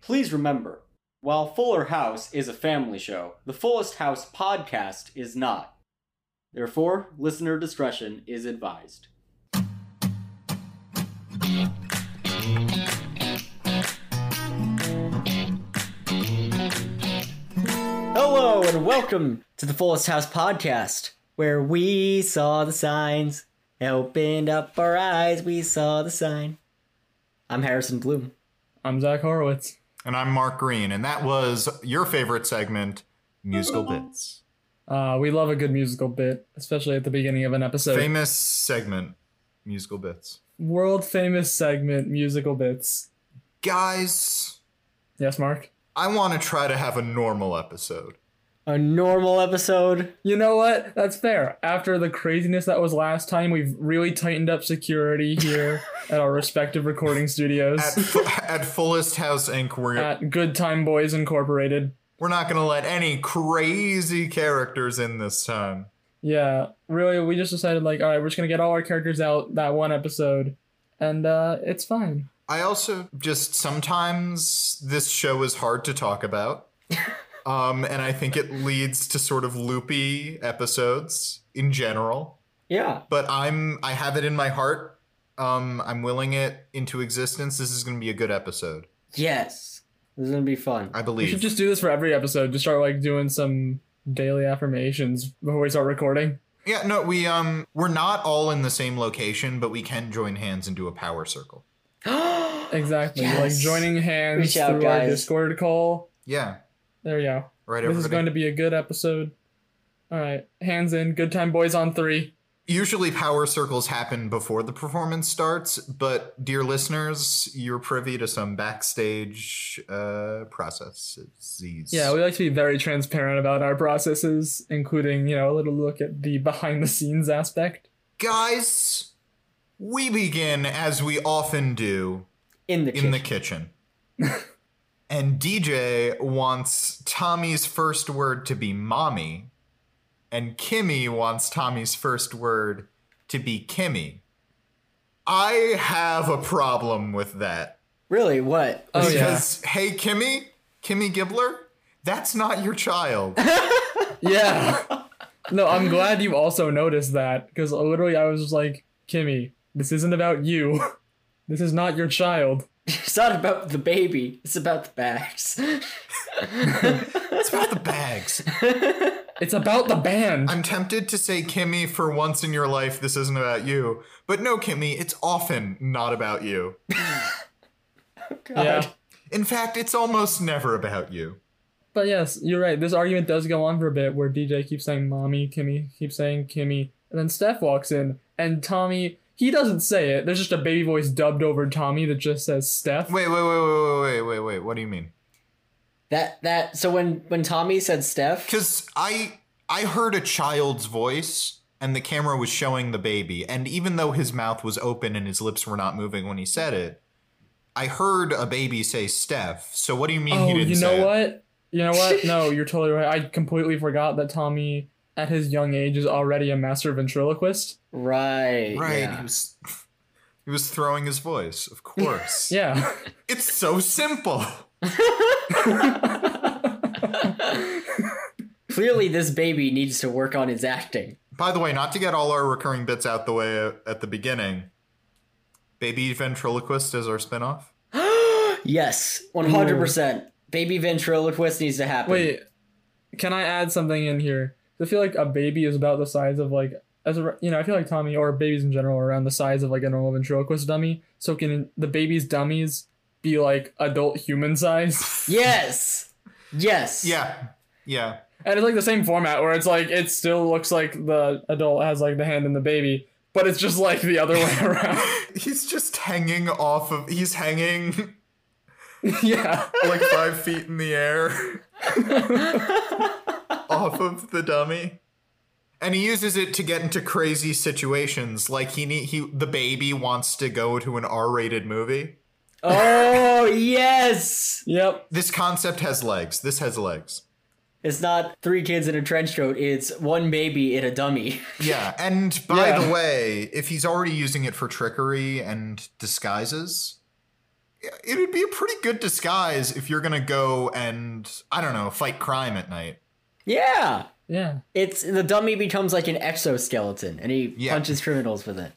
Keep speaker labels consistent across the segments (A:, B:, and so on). A: Please remember, while Fuller House is a family show, the Fullest House podcast is not. Therefore, listener discretion is advised. Hello, and welcome to the Fullest House podcast, where we saw the signs, opened up our eyes, we saw the sign. I'm Harrison Bloom.
B: I'm Zach Horowitz.
C: And I'm Mark Green, and that was your favorite segment, Musical Bits.
B: Uh, we love a good musical bit, especially at the beginning of an episode.
C: Famous segment, Musical Bits.
B: World famous segment, musical bits.
C: Guys,
B: Yes, Mark.
C: I want to try to have a normal episode.
A: A normal episode.
B: You know what? That's fair. After the craziness that was last time, we've really tightened up security here at our respective recording studios
C: At, fu- at Fullest House Inc., we're,
B: at Good Time Boys Incorporated.
C: we're not going to let any crazy characters in this time.
B: Yeah, really, we just decided like, all right, we're just gonna get all our characters out that one episode, and uh, it's fine.
C: I also just sometimes this show is hard to talk about. um, and I think it leads to sort of loopy episodes in general.
A: Yeah.
C: but I'm I have it in my heart. Um, I'm willing it into existence. This is going to be a good episode,
A: Yes. This is gonna be fun.
C: I
B: We
C: believe.
B: should just do this for every episode. Just start like doing some daily affirmations before we start recording.
C: yeah, no, we um we're not all in the same location, but we can join hands and do a power circle.
B: Exactly.
A: Yes.
B: Like joining hands
A: Reach out,
B: through our
A: guys.
B: Discord call.
C: Yeah,
B: There we go.
C: right.
B: This
C: Everybody.
B: is going to be a good episode. All right, hands in. Good time, boys. On three.
C: Usually, power circles happen before the performance starts, but dear listeners, you're privy to some backstage uh, processes.
B: Yeah, we like to be very transparent about our processes, including you know a little look at the behind the scenes aspect.
C: guys, we begin as we often do
A: in the kitchen.
C: in the kitchen. and DJ wants Tommy's first word to be mommy, and Kimmy wants Tommy's first word to be Kimmy. I have a problem with that.
A: really? What?
B: Oh, yeah.
C: Because, hey, Kimmy, Kimmy Gibbler, that's not your child.
B: Yeah. no, I'm glad you also noticed that because literally I was just like, Kimmy, this isn't about you. This is not your child.
A: It's not about the baby. It's about the bags.
C: it's about the bags.
B: It's about the band.
C: I'm tempted to say, Kimmy, for once in your life, this isn't about you. But no, Kimmy, it's often not about you.
B: Yeah.
C: In fact, it's almost never about you.
B: But yes, you're right. This argument does go on for a bit where DJ keeps saying mommy, Kimmy, keeps saying Kimmy, and then Steph walks in and Tommy he doesn't say it. There's just a baby voice dubbed over Tommy that just says Steph.
C: Wait, wait, wait, wait, wait, wait, wait, wait. What do you mean?
A: That that so when when Tommy said Steph,
C: Because I I heard a child's voice, and the camera was showing the baby. And even though his mouth was open and his lips were not moving when he said it, I heard a baby say "Steph." So what do you mean
B: oh,
C: he didn't?
B: you know
C: say it?
B: what? You know what? No, you're totally right. I completely forgot that Tommy at his young age is already a master ventriloquist.
A: right?
C: Right. He
A: yeah.
C: was he was throwing his voice. Of course.
B: Yeah.
C: It's so simple.
A: Clearly, this baby needs to work on his acting.
C: By the way, not to get all our recurring bits out the way at the beginning. Baby ventriloquist is our spinoff.
A: Yes, one hundred percent. Baby ventriloquist needs to happen.
B: Wait, can I add something in here? I feel like a baby is about the size of like as a, you know, I feel like Tommy or babies in general are around the size of like a normal ventriloquist dummy. So can the baby's dummies be like adult human size?
A: Yes. Yes.
C: Yeah. Yeah.
B: And it's like the same format where it's like it still looks like the adult has like the hand in the baby, but it's just like the other way around.
C: He's just hanging off of. He's hanging
B: yeah.
C: like five feet in the air off of the dummy. And he uses it to get into crazy situations. Like he need, he the baby wants to go to an R-rated movie.
A: Oh yes.
B: Yep.
C: This concept has legs. This has legs.
A: It's not three kids in a trench coat. It's one baby in a dummy.
C: Yeah, and by
B: Yeah.
C: the way, if he's already using it for trickery and disguises, it would be a pretty good disguise if you're gonna go and I don't know fight crime at night.
A: Yeah.
B: Yeah.
A: It's the dummy becomes like an exoskeleton and he
C: Yeah.
A: punches criminals with it.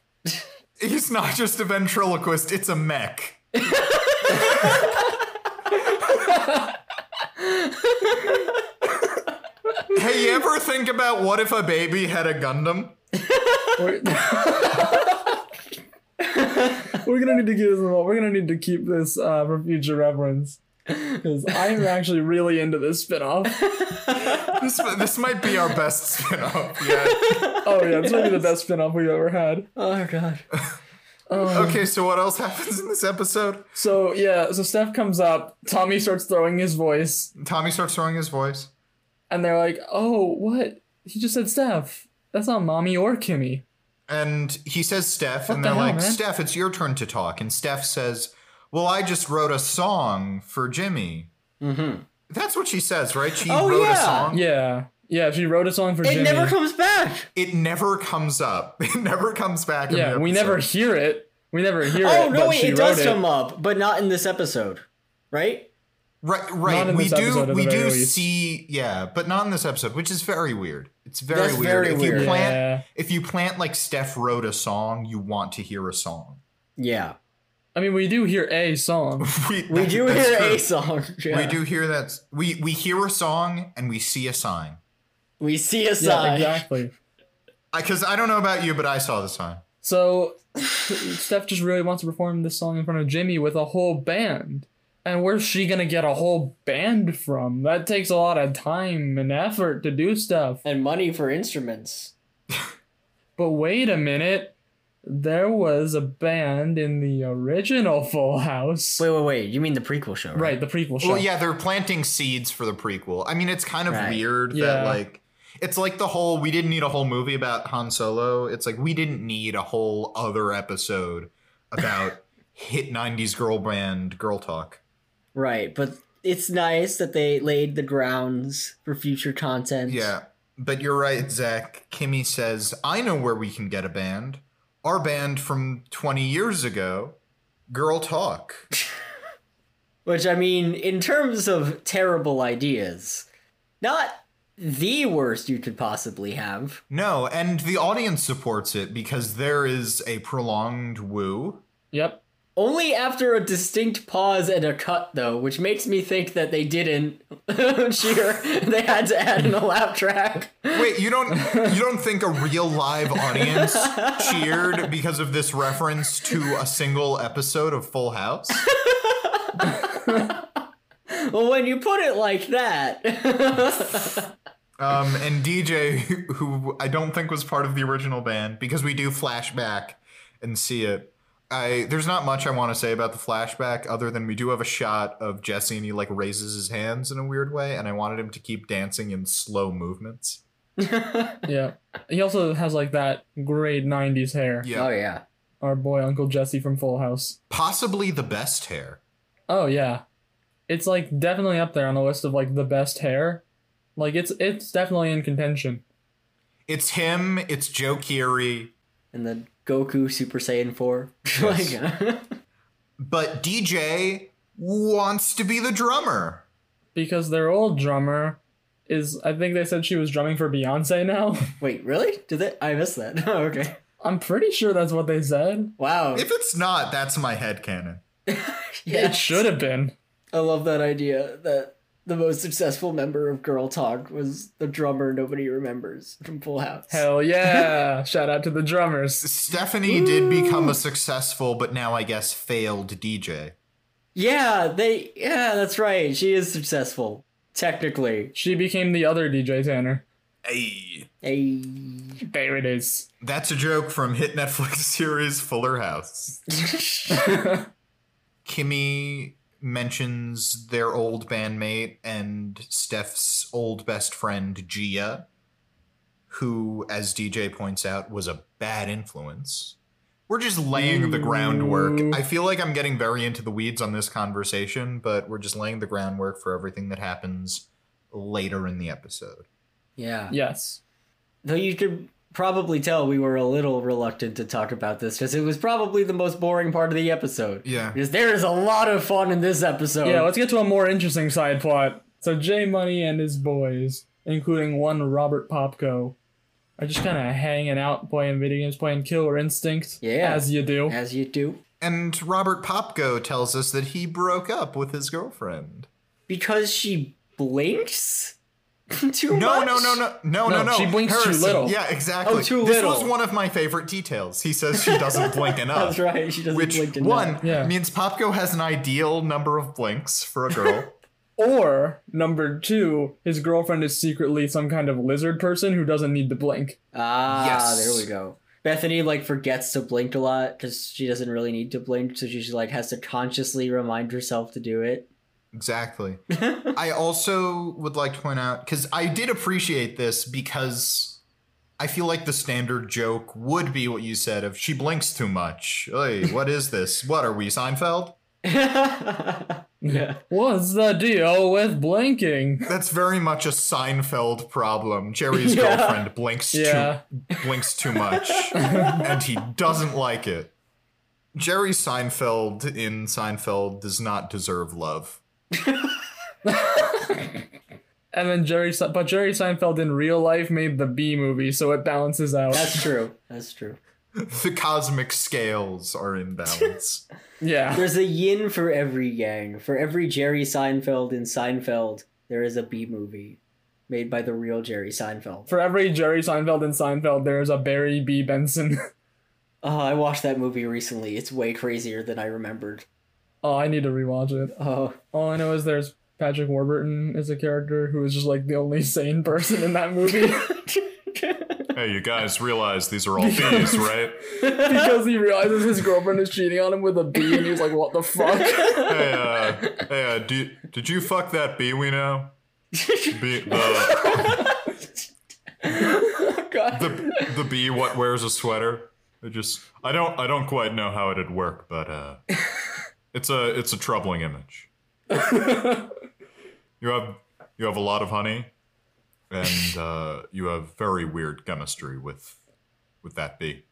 C: He's not just a ventriloquist; it's a mech. hey, you ever think about what if a baby had a Gundam?
B: We're, We're gonna need to keep this. We're gonna need to keep this uh, for future reference because I'm actually really into this spinoff.
C: This this might be our best spin-off yet.
B: Oh yeah, it's maybe the best spinoff we've ever had.
A: Oh god.
C: Okay, so what else happens in this episode?
B: So yeah, so Steph comes up. Tommy starts throwing his voice,
C: Tommy starts throwing his voice.
B: and they're like, "Oh, what? He just said Steph. That's not mommy or Kimmy."
C: And he says, Steph,
B: What
C: and
B: the
C: they're
B: hell,
C: like,
B: man?
C: Steph, it's your turn to talk. And Steph says, Well, I just wrote a song for Jimmy.
A: Mm-hmm.
C: That's what she says, right? She
A: Oh,
C: wrote a
A: yeah.
C: song.
B: Yeah, yeah. She wrote a song for
A: It
B: Jimmy.
A: never comes back.
C: It never comes up. It never comes back. in
B: yeah,
C: the
B: we never
C: episode.
B: hear it. We never hear it.
A: Oh no,
B: but
A: wait,
B: she
A: it does
B: wrote
A: come up, but not in this episode, right?
C: Right, right.
B: Not in
C: we
B: this
C: do.
B: episode, at
C: We
B: the
C: do
B: very least.
C: see. Yeah, but not in this episode, which is very weird. It's very
A: That's
C: weird.
A: very
C: if
A: weird.
C: you plant,
B: Yeah.
C: if you plant like Steph wrote a song, you want to hear a song.
A: Yeah,
B: I mean, we do hear a song.
C: We,
A: we
C: that-
A: do
C: that's
A: hear
C: true.
A: a song. Yeah.
C: We do hear that. We we hear a song and we see a sign.
A: We see a
B: Yeah,
A: sign.
B: exactly.
C: Because I, don't know about you, but I saw the sign.
B: So Steph just really wants to perform this song in front of Jimmy with a whole band. And where's she gonna get a whole band from? That takes a lot of time and effort to do stuff.
A: And money for instruments.
B: But wait a minute. There was a band in the original Full House.
A: Wait, wait, wait. You mean the prequel show? Right.
B: Right, the prequel show.
C: Well, yeah, they're planting seeds for the prequel. I mean, it's kind of
A: Right.
C: weird
B: Yeah.
C: that like it's like the whole we didn't need a whole movie about Han Solo. It's like we didn't need a whole other episode about hit 90s girl band girl talk.
A: Right, but it's nice that they laid the grounds for future content.
C: Yeah. But you're right, Zach. Kimmy says, "I know where we can get a band. Our band from 20 years ago, Girl Talk."
A: Which I mean, in terms of terrible ideas, not the worst you could possibly have.
C: No, and the audience supports it because there is a prolonged woo.
B: Yep.
A: Only after a distinct pause and a cut, though, which makes me think that they didn't cheer. They had to add in a laugh track.
C: Wait, you don't you don't think a real live audience cheered because of this reference to a single episode of Full House?
A: Well, when you put it like that,
C: Um, and DJ, who- who I don't think was part of the original band, because we do flashback and see it. I there's not much I want to say about the flashback other than we do have a shot of Jesse and he like raises his hands in a weird way, and I wanted him to keep dancing in slow movements.
B: Yeah. He also has like that great 90s hair.
C: Yeah.
A: oh yeah,
B: Our boy Uncle Jesse from Full House.
C: possibly the best hair.
B: Oh yeah. It's like definitely up there on the list of like the best hair. Like it's it's definitely in contention.
C: It's him, it's Joe Keery,
A: and then Goku Super Saiyan four. like,
C: but DJ wants to be the drummer.
B: Because their old drummer is I think they said she was drumming for Beyonce now.
A: wait, really? Did they? I missed that. Oh, okay.
B: I'm pretty sure that's what they said.
A: Wow.
C: If it's not, that's my headcanon.
A: Yeah.
B: It should have been.
A: I love that idea that the most successful member of Girl Talk was the drummer nobody remembers from Full House.
B: Hell yeah. Shout out to the drummers.
C: Stephanie did become a successful, but now I guess failed DJ.
A: Yeah, they. Yeah, that's right. She is successful technically.
B: She became the other DJ Tanner.
C: Hey.
A: Hey.
B: There it is.
C: That's a joke from hit Netflix series Fuller House. Kimmy mentions their old bandmate and Steph's old best friend Gia, who, as DJ points out, was a bad influence. We're just laying the groundwork.
B: Ooh.
C: I feel like I'm getting very into the weeds on this conversation, but we're just laying the groundwork for everything that happens later in the episode.
A: yeah.
B: Yes.
A: Though you could probably tell we were a little reluctant to talk about this because it was probably the most boring part of the episode.
C: Yeah.
A: Because there is a lot of fun in this episode.
B: Yeah, let's get to a more interesting side plot. So Jay Money and his boys, including one Robert Popko, are just kind of hanging out, playing video games, playing Killer Instinct.
A: Yeah.
B: As you do.
A: As you do.
C: And Robert Popko tells us that he broke up with his girlfriend.
A: Because she blinks too
C: No,
A: much.
C: no, no, no, no, no,
B: No,
C: no.
B: she blinks too
C: Harrison.
B: little.
C: Yeah, exactly.
A: Oh, too
C: this
A: little.
C: was one of my favorite details. He says she doesn't blink enough.
A: That's right. She doesn't blink
C: Which
A: enough.
C: one
B: Yeah.
C: means Popko has an ideal number of blinks for a girl.
B: Or number two, his girlfriend is secretly some kind of lizard person who doesn't need to blink.
A: Ah,
C: Yes.
A: there we go. Bethany like forgets to blink a lot because she doesn't really need to blink, so she like has to consciously remind herself to do it.
C: exactly. I also would like to point out because I did appreciate this because I feel like the standard joke would be what you said of she blinks too much. Hey, what is this? What are we, Seinfeld?
A: yeah.
B: What's the deal with blinking?
C: That's very much a Seinfeld problem. Jerry's
A: Yeah.
C: girlfriend blinks
B: Yeah.
C: too blinks too much, and he doesn't like it. Jerry Seinfeld in Seinfeld does not deserve love.
B: And then Jerry, Se- but Jerry Seinfeld in real life made the B movie, so it balances out.
A: That's true. That's true.
C: The cosmic scales are in balance.
B: yeah.
A: There's a yin for every yang. For every Jerry Seinfeld in Seinfeld, there is a B movie made by the real Jerry Seinfeld.
B: For every Jerry Seinfeld in Seinfeld, there's a Barry B Benson.
A: Oh, I watched that movie recently. It's way crazier than I remembered.
B: oh, I need to rewatch it.
A: Oh,
B: All I know is there's Patrick Warburton is a character who is just like the only sane person in that movie
C: hey, you guys realize these are all bees, right?
B: because he realizes his girlfriend is cheating on him with a bee, and he's like, "What the fuck?"
C: Hey, uh, hey, uh, do, did you fuck that bee we know? Bee, the,
A: God.
C: the the bee what wears a sweater? It just I don't I don't quite know how it'd work, but uh, it's a it's a troubling image. You have you have a lot of honey, and uh, you have very weird chemistry with with that bee.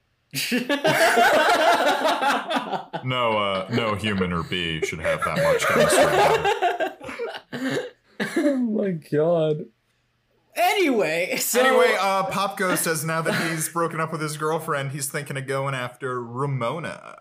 C: no, uh, no human or bee should have that much chemistry.
B: oh my god.
A: Anyway, so
C: anyway, uh, Popko says now that he's broken up with his girlfriend, he's thinking of going after Ramona.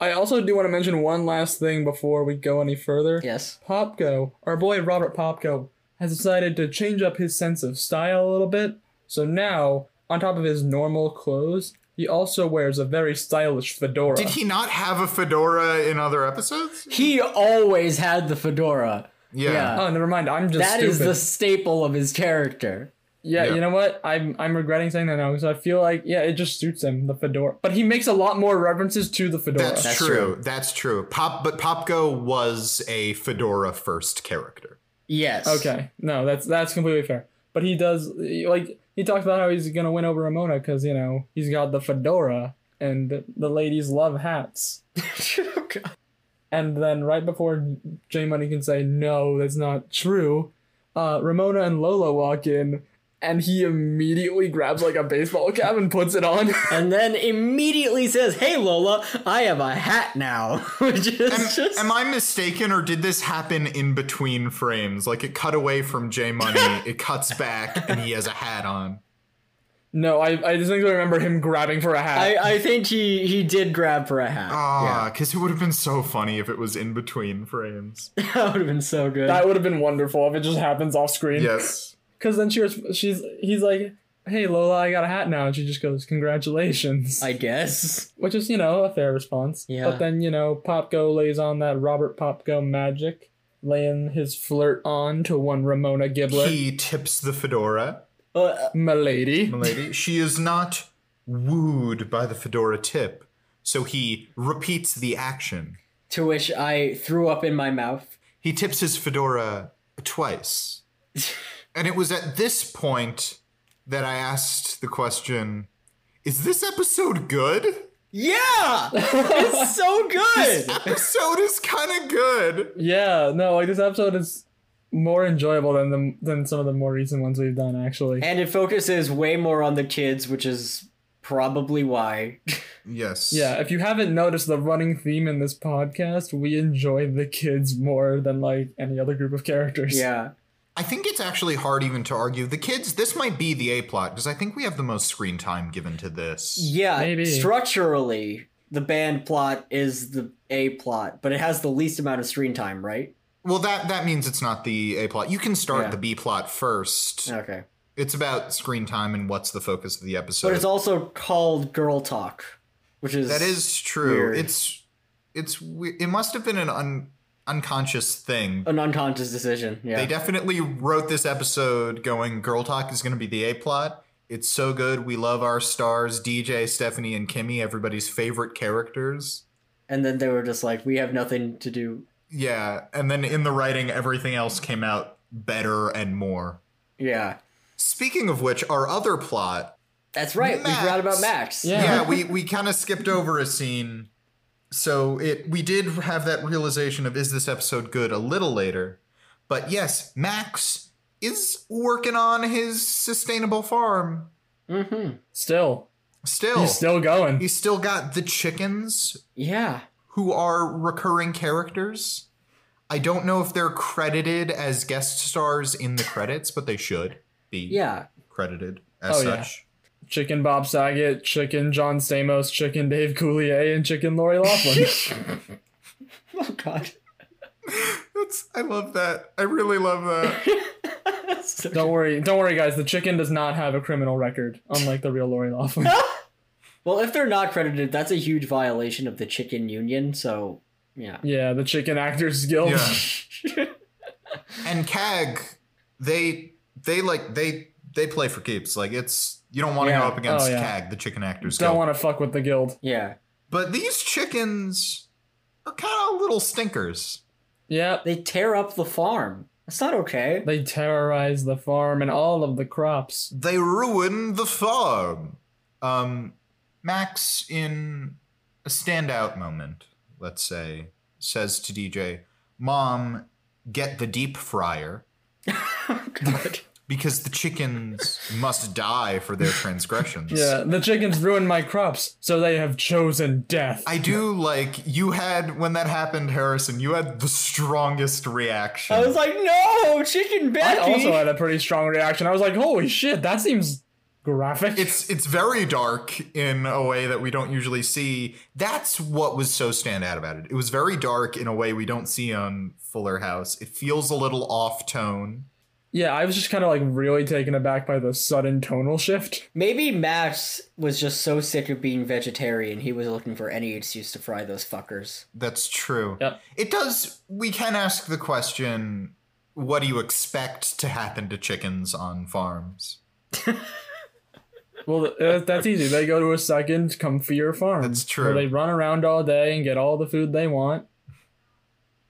B: I also do want to mention one last thing before we go any further.
A: yes.
B: Popko, our boy Robert Popko, has decided to change up his sense of style a little bit. So now, on top of his normal clothes, he also wears a very stylish fedora.
C: Did he not have a fedora in other episodes?
A: He always had the fedora.
C: Yeah.
A: Yeah.
B: oh, never mind. I'm just
A: That
B: stupid.
A: is the staple of his character.
B: yeah,
C: Yeah.
B: you know what? I'm I'm regretting saying that now because I feel like yeah, it just suits him the fedora. But he makes a lot more references to the fedora.
C: That's,
A: That's
C: true. That's true. Pop, but Popko was a fedora first character.
A: Yes.
B: Okay, no, that's that's completely fair. But he does like he talks about how he's gonna win over Ramona because you know he's got the fedora and the ladies love hats.
A: Okay.
B: And then right before J Money can say no, that's not true, uh, Ramona and Lola walk in, and he immediately grabs like a baseball cap and puts it on.
A: and then immediately says, "Hey Lola, I have a hat now," which is
C: Am,
A: just
C: am I mistaken, or did this happen in between frames? Like it cut away from J Money, it cuts back, and he has a hat on.
B: no, I I distinctly remember him grabbing for a hat.
A: I, I think he he did grab for a hat.
C: Ah, because it would have been so funny if it was in between frames.
A: Yeah. that would have been so good.
B: that would have been wonderful if it just happens off screen.
C: yes.
B: Because then she was, she's he's like, "Hey Lola, I got a hat now," and she just goes, "Congratulations,"
A: I guess.
B: which is you know a fair response.
A: Yeah.
B: But then you know Popko lays on that Robert Popko magic, laying his flirt on to one Ramona Giblet,
C: He tips the fedora,
A: Uh,
B: milady.
C: milady. She is not wooed by the fedora tip, so he repeats the action.
A: to which I threw up in my mouth.
C: he tips his fedora twice. and it was at this point that I asked the question Is this episode good?
A: Yeah, it's so good.
C: Episode is kind of good.
B: Yeah, no, like this episode is more enjoyable than the, than some of the more recent ones we've done actually.
A: And it focuses way more on the kids, which is probably why.
C: Yes.
B: Yeah, if you haven't noticed the running theme in this podcast, we enjoy the kids more than like any other group of characters.
A: yeah.
C: I think it's actually hard even to argue. The kids, this might be the A plot because I think we have the most screen time given to this.
A: Yeah.
B: Maybe.
A: Structurally, the band plot is the A plot, but it has the least amount of screen time, right?
C: Well, that that means it's not the A plot. You can start
A: Yeah.
C: the B plot first.
A: Okay.
C: It's about screen time and what's the focus of the episode.
A: But it's also called Girl Talk, which is
C: that is true.
A: weird.
C: It's it's we- it must have been an un, unconscious thing.
A: an unconscious decision. Oh, Yeah.
C: They definitely wrote this episode going girl talk is going to be the A plot. It's so good. We love our stars, DJ, Stephanie, and Kimmy, everybody's favorite characters.
A: and then they were just like, we have nothing to do.
C: Yeah, and then in the writing, everything else came out better and more.
A: Yeah.
C: Speaking of which, our other plot.
A: That's right. We
C: Max.
A: forgot about Max.
B: Yeah.
C: Yeah, we, we kind of skipped over a scene. So it we did have that realization of is this episode good a little later. But yes, Max is working on his sustainable farm
A: Mm-hmm.
B: Still,
C: still.
B: he's still going.
C: He's still got the chickens
A: Yeah.
C: who are recurring characters. I don't know if they're credited as guest stars in the credits, but they should be
A: Yeah.
C: credited as
B: Oh, yeah.
C: such.
B: Chicken Bob Saget, Chicken John Stamos, Chicken Dave Coulier, and Chicken Lori Laughlin.
A: Oh God.
C: That's I love that. I really love that.
A: So-
B: don't worry, don't worry, guys. The chicken does not have a criminal record, unlike the real Lori Laughlin.
A: well, if they're not credited, that's a huge violation of the chicken union. So yeah.
B: yeah, the Chicken Actors Guild.
C: Yeah. and Cag, they they like they they play for keeps. Like it's you don't want to
A: Yeah.
C: go up against
B: Oh, yeah.
C: Cag, the chicken actors.
B: Don't
C: Guild.
B: want to fuck with the guild.
A: yeah.
C: but these chickens are kind of little stinkers.
B: Yeah,
A: They tear up the farm. That's not okay.
B: they terrorize the farm and all of the crops.
C: they ruin the farm. Um, Max, in a standout moment, let's say, says to DJ, Mom, get the deep fryer
A: Oh, God.
C: because the chickens must die for their transgressions.
B: Yeah, the chickens ruined my crops, so they have chosen death.
C: I do like you had when that happened, Harrison. You had the strongest reaction.
A: I was like, no, chicken
B: I
A: Becky.
B: also had a pretty strong reaction. I was like, holy shit, that seems graphic.
C: it's it's very dark in a way that we don't usually see. That's what was so standout about it. It was very dark in a way we don't see on Fuller House. It feels a little off tone.
B: yeah, I was just kind of like really taken aback by the sudden tonal shift.
A: Maybe Max was just so sick of being vegetarian, he was looking for any excuse to fry those fuckers.
C: That's true.
B: Yep.
C: It does we can ask the question what do you expect to happen to chickens on farms?
B: Well, th- uh, that's easy. They go to a second, comfier farm.
C: That's true.
B: Where they run around all day and get all the food they want.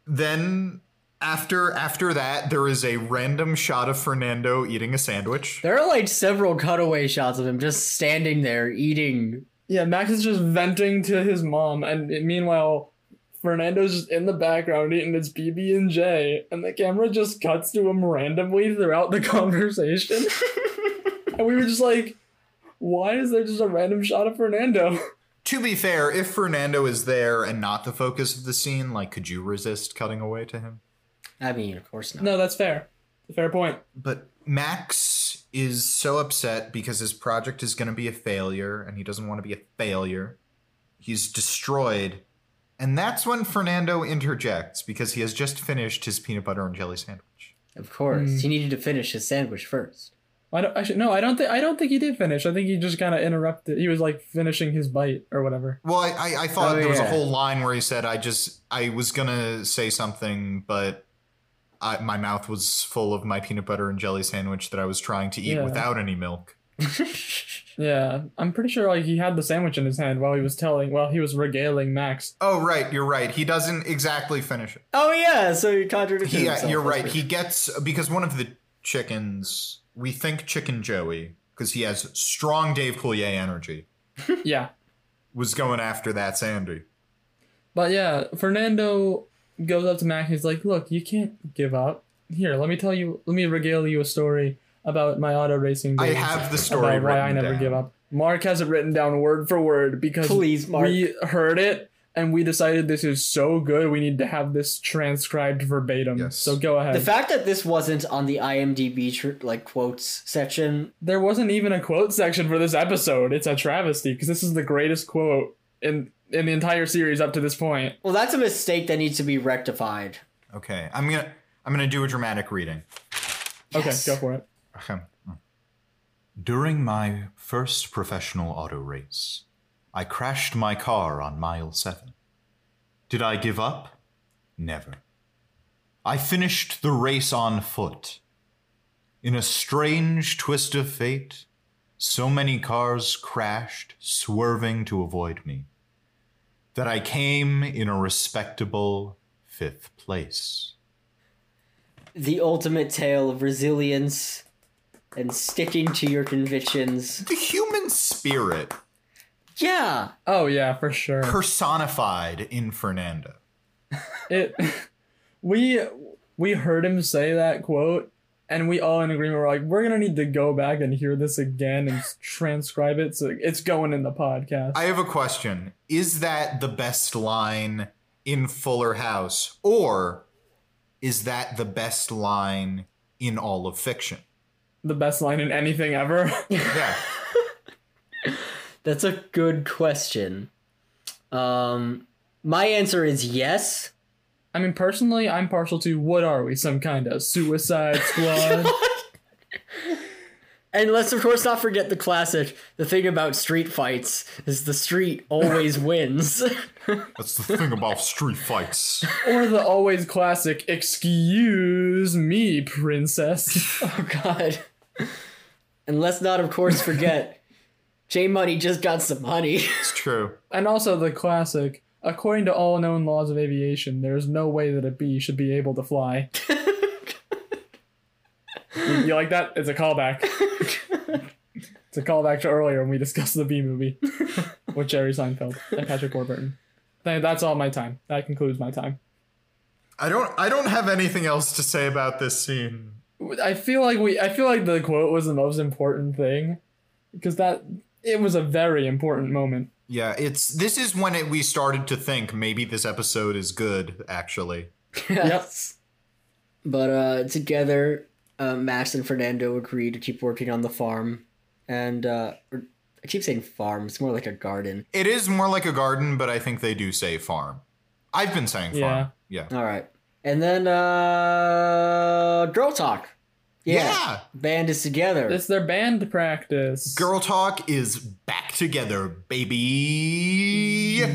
C: Then after after that there is a random shot of Fernando eating a sandwich.
A: There are like several cutaway shots of him just standing there eating.
B: Yeah, Max is just venting to his mom, and it- meanwhile, Fernando's just in the background eating his PB and J, and the camera just cuts to him randomly throughout the conversation. and we were just like, why is there just a random shot of Fernando?
C: To be fair, if Fernando is there and not the focus of the scene, like could you resist cutting away to him?
A: I mean, of course not.
B: No, that's fair. Fair point.
C: But Max is so upset because his project is going to be a failure and he doesn't want to be a failure. He's destroyed. And that's when Fernando interjects because he has just finished his peanut butter and jelly sandwich.
A: Of course.
B: Hmm.
A: He needed to finish his sandwich first.
B: I don't actually no, I don't think I don't think he did finish. I think he just kind of interrupted. He was like finishing his bite or whatever.
C: Well, I, I, I thought
A: Oh,
C: there was a
A: yeah.
C: whole line where he said, I just, I was going to say something, but I, my mouth was full of my peanut butter and jelly sandwich that I was trying to eat
B: Yeah.
C: without any milk.
B: Yeah, I'm pretty sure like he had the sandwich in his hand while he was telling while he was regaling Max.
C: Oh, right. You're right. He doesn't exactly finish it.
A: Oh yeah, so he contradicted
C: He, yeah,
A: himself.
C: you're
A: That's
C: right.
A: weird.
C: He gets because one of the chickens we think Chicken Joey because he has strong Dave Coulier energy
B: Yeah,
C: was going after that Sandy.
B: but yeah, Fernando goes up to Max. He's like, "Look, you can't give up. here, let me tell you, let me regale you a story about my auto racing.
C: I
B: days,
C: have the story
B: about why I
C: written
B: never
C: down.
B: give up. Mark has it written down word for word because
A: Please, Mark.
B: we heard it and we decided this is so good we need to have this transcribed verbatim.
C: Yes.
B: So go ahead.
A: The fact that this wasn't on the IMDb tr- like quotes section,
B: there wasn't even a quote section for this episode. It's a travesty because this is the greatest quote in in the entire series up to this point.
A: well, that's a mistake that needs to be rectified.
C: Okay, I'm gonna I'm gonna do a dramatic reading.
A: Yes.
B: Okay, go for it.
C: Ahem. Hmm. During my first professional auto race, I crashed my car on mile seven. Did I give up? Never. I finished the race on foot. In a strange twist of fate, so many cars crashed, swerving to avoid me, that I came in a respectable fifth place.
A: The ultimate tale of resilience and sticking to your convictions.
C: The human spirit
A: Yeah,
B: Oh yeah, for sure.
C: personified in Fernando.
B: it we we heard him say that quote and we all in agreement were like we're gonna need to go back and hear this again and s- transcribe it so it's going in the podcast
C: I have a question. Is that the best line in Fuller House or is that the best line in all of fiction?
B: the best line in anything ever
C: Yeah.
A: that's a good question. Um, my answer is yes.
B: i mean personally i'm partial to what are we some kind of suicide squad
A: And let's of course not forget the classic. The thing about street fights is the street always wins.
C: That's the thing about street fights.
B: or the always classic excuse me princess
A: Oh God. And let's not, of course, forget J Money just got some money.
C: It's true.
B: and also the classic according to all known laws of aviation there's no way that a bee should be able to fly you, you like that it's a callback it's a callback to earlier when we discussed the bee movie with jerry seinfeld and patrick warburton Th- that's all my time that concludes my time
C: I don't I don't have anything else to say about this scene.
B: i feel like we i feel like the quote was the most important thing because that it was a very important moment
C: Yeah, it's this is when it, we started to think maybe this episode is good actually.
A: But uh, together, uh, Max and Fernando agree to keep working on the farm. And uh, or- I keep saying farm, it's more like a garden.
C: It is more like a garden, but I think they do say farm. I've been saying farm.
B: Yeah.
C: Yeah.
A: All right. And then uh, Girl Talk.
C: Yeah.
A: Band is together.
B: it's their band practice
C: Girl Talk is back together, baby.
B: Yeah.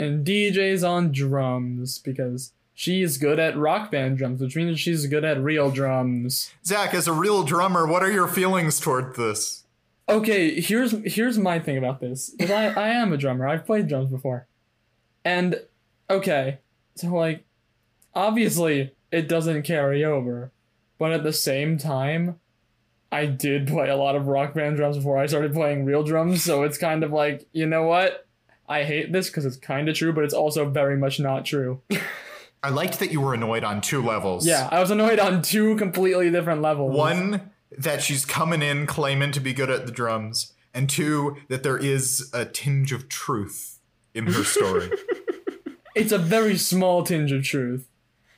B: And DJ's on drums because she's good at rock band drums, which means she's good at real drums.
C: Zach, as a real drummer, what are your feelings toward this?
B: Okay, here's here's my thing about this. 'Cause I, I am a drummer. I've played drums before. And okay, so like obviously it doesn't carry over, but at the same time, I did play a lot of rock band drums before I started playing real drums, so it's kind of like, you know what? I hate this because it's kind of true, but it's also very much not true.
C: I liked that you were annoyed on two levels.
B: Yeah, I was annoyed on two completely different levels.
C: One, that she's coming in claiming to be good at the drums, and two, that there is a tinge of truth in her story.
B: it's a very small tinge of truth.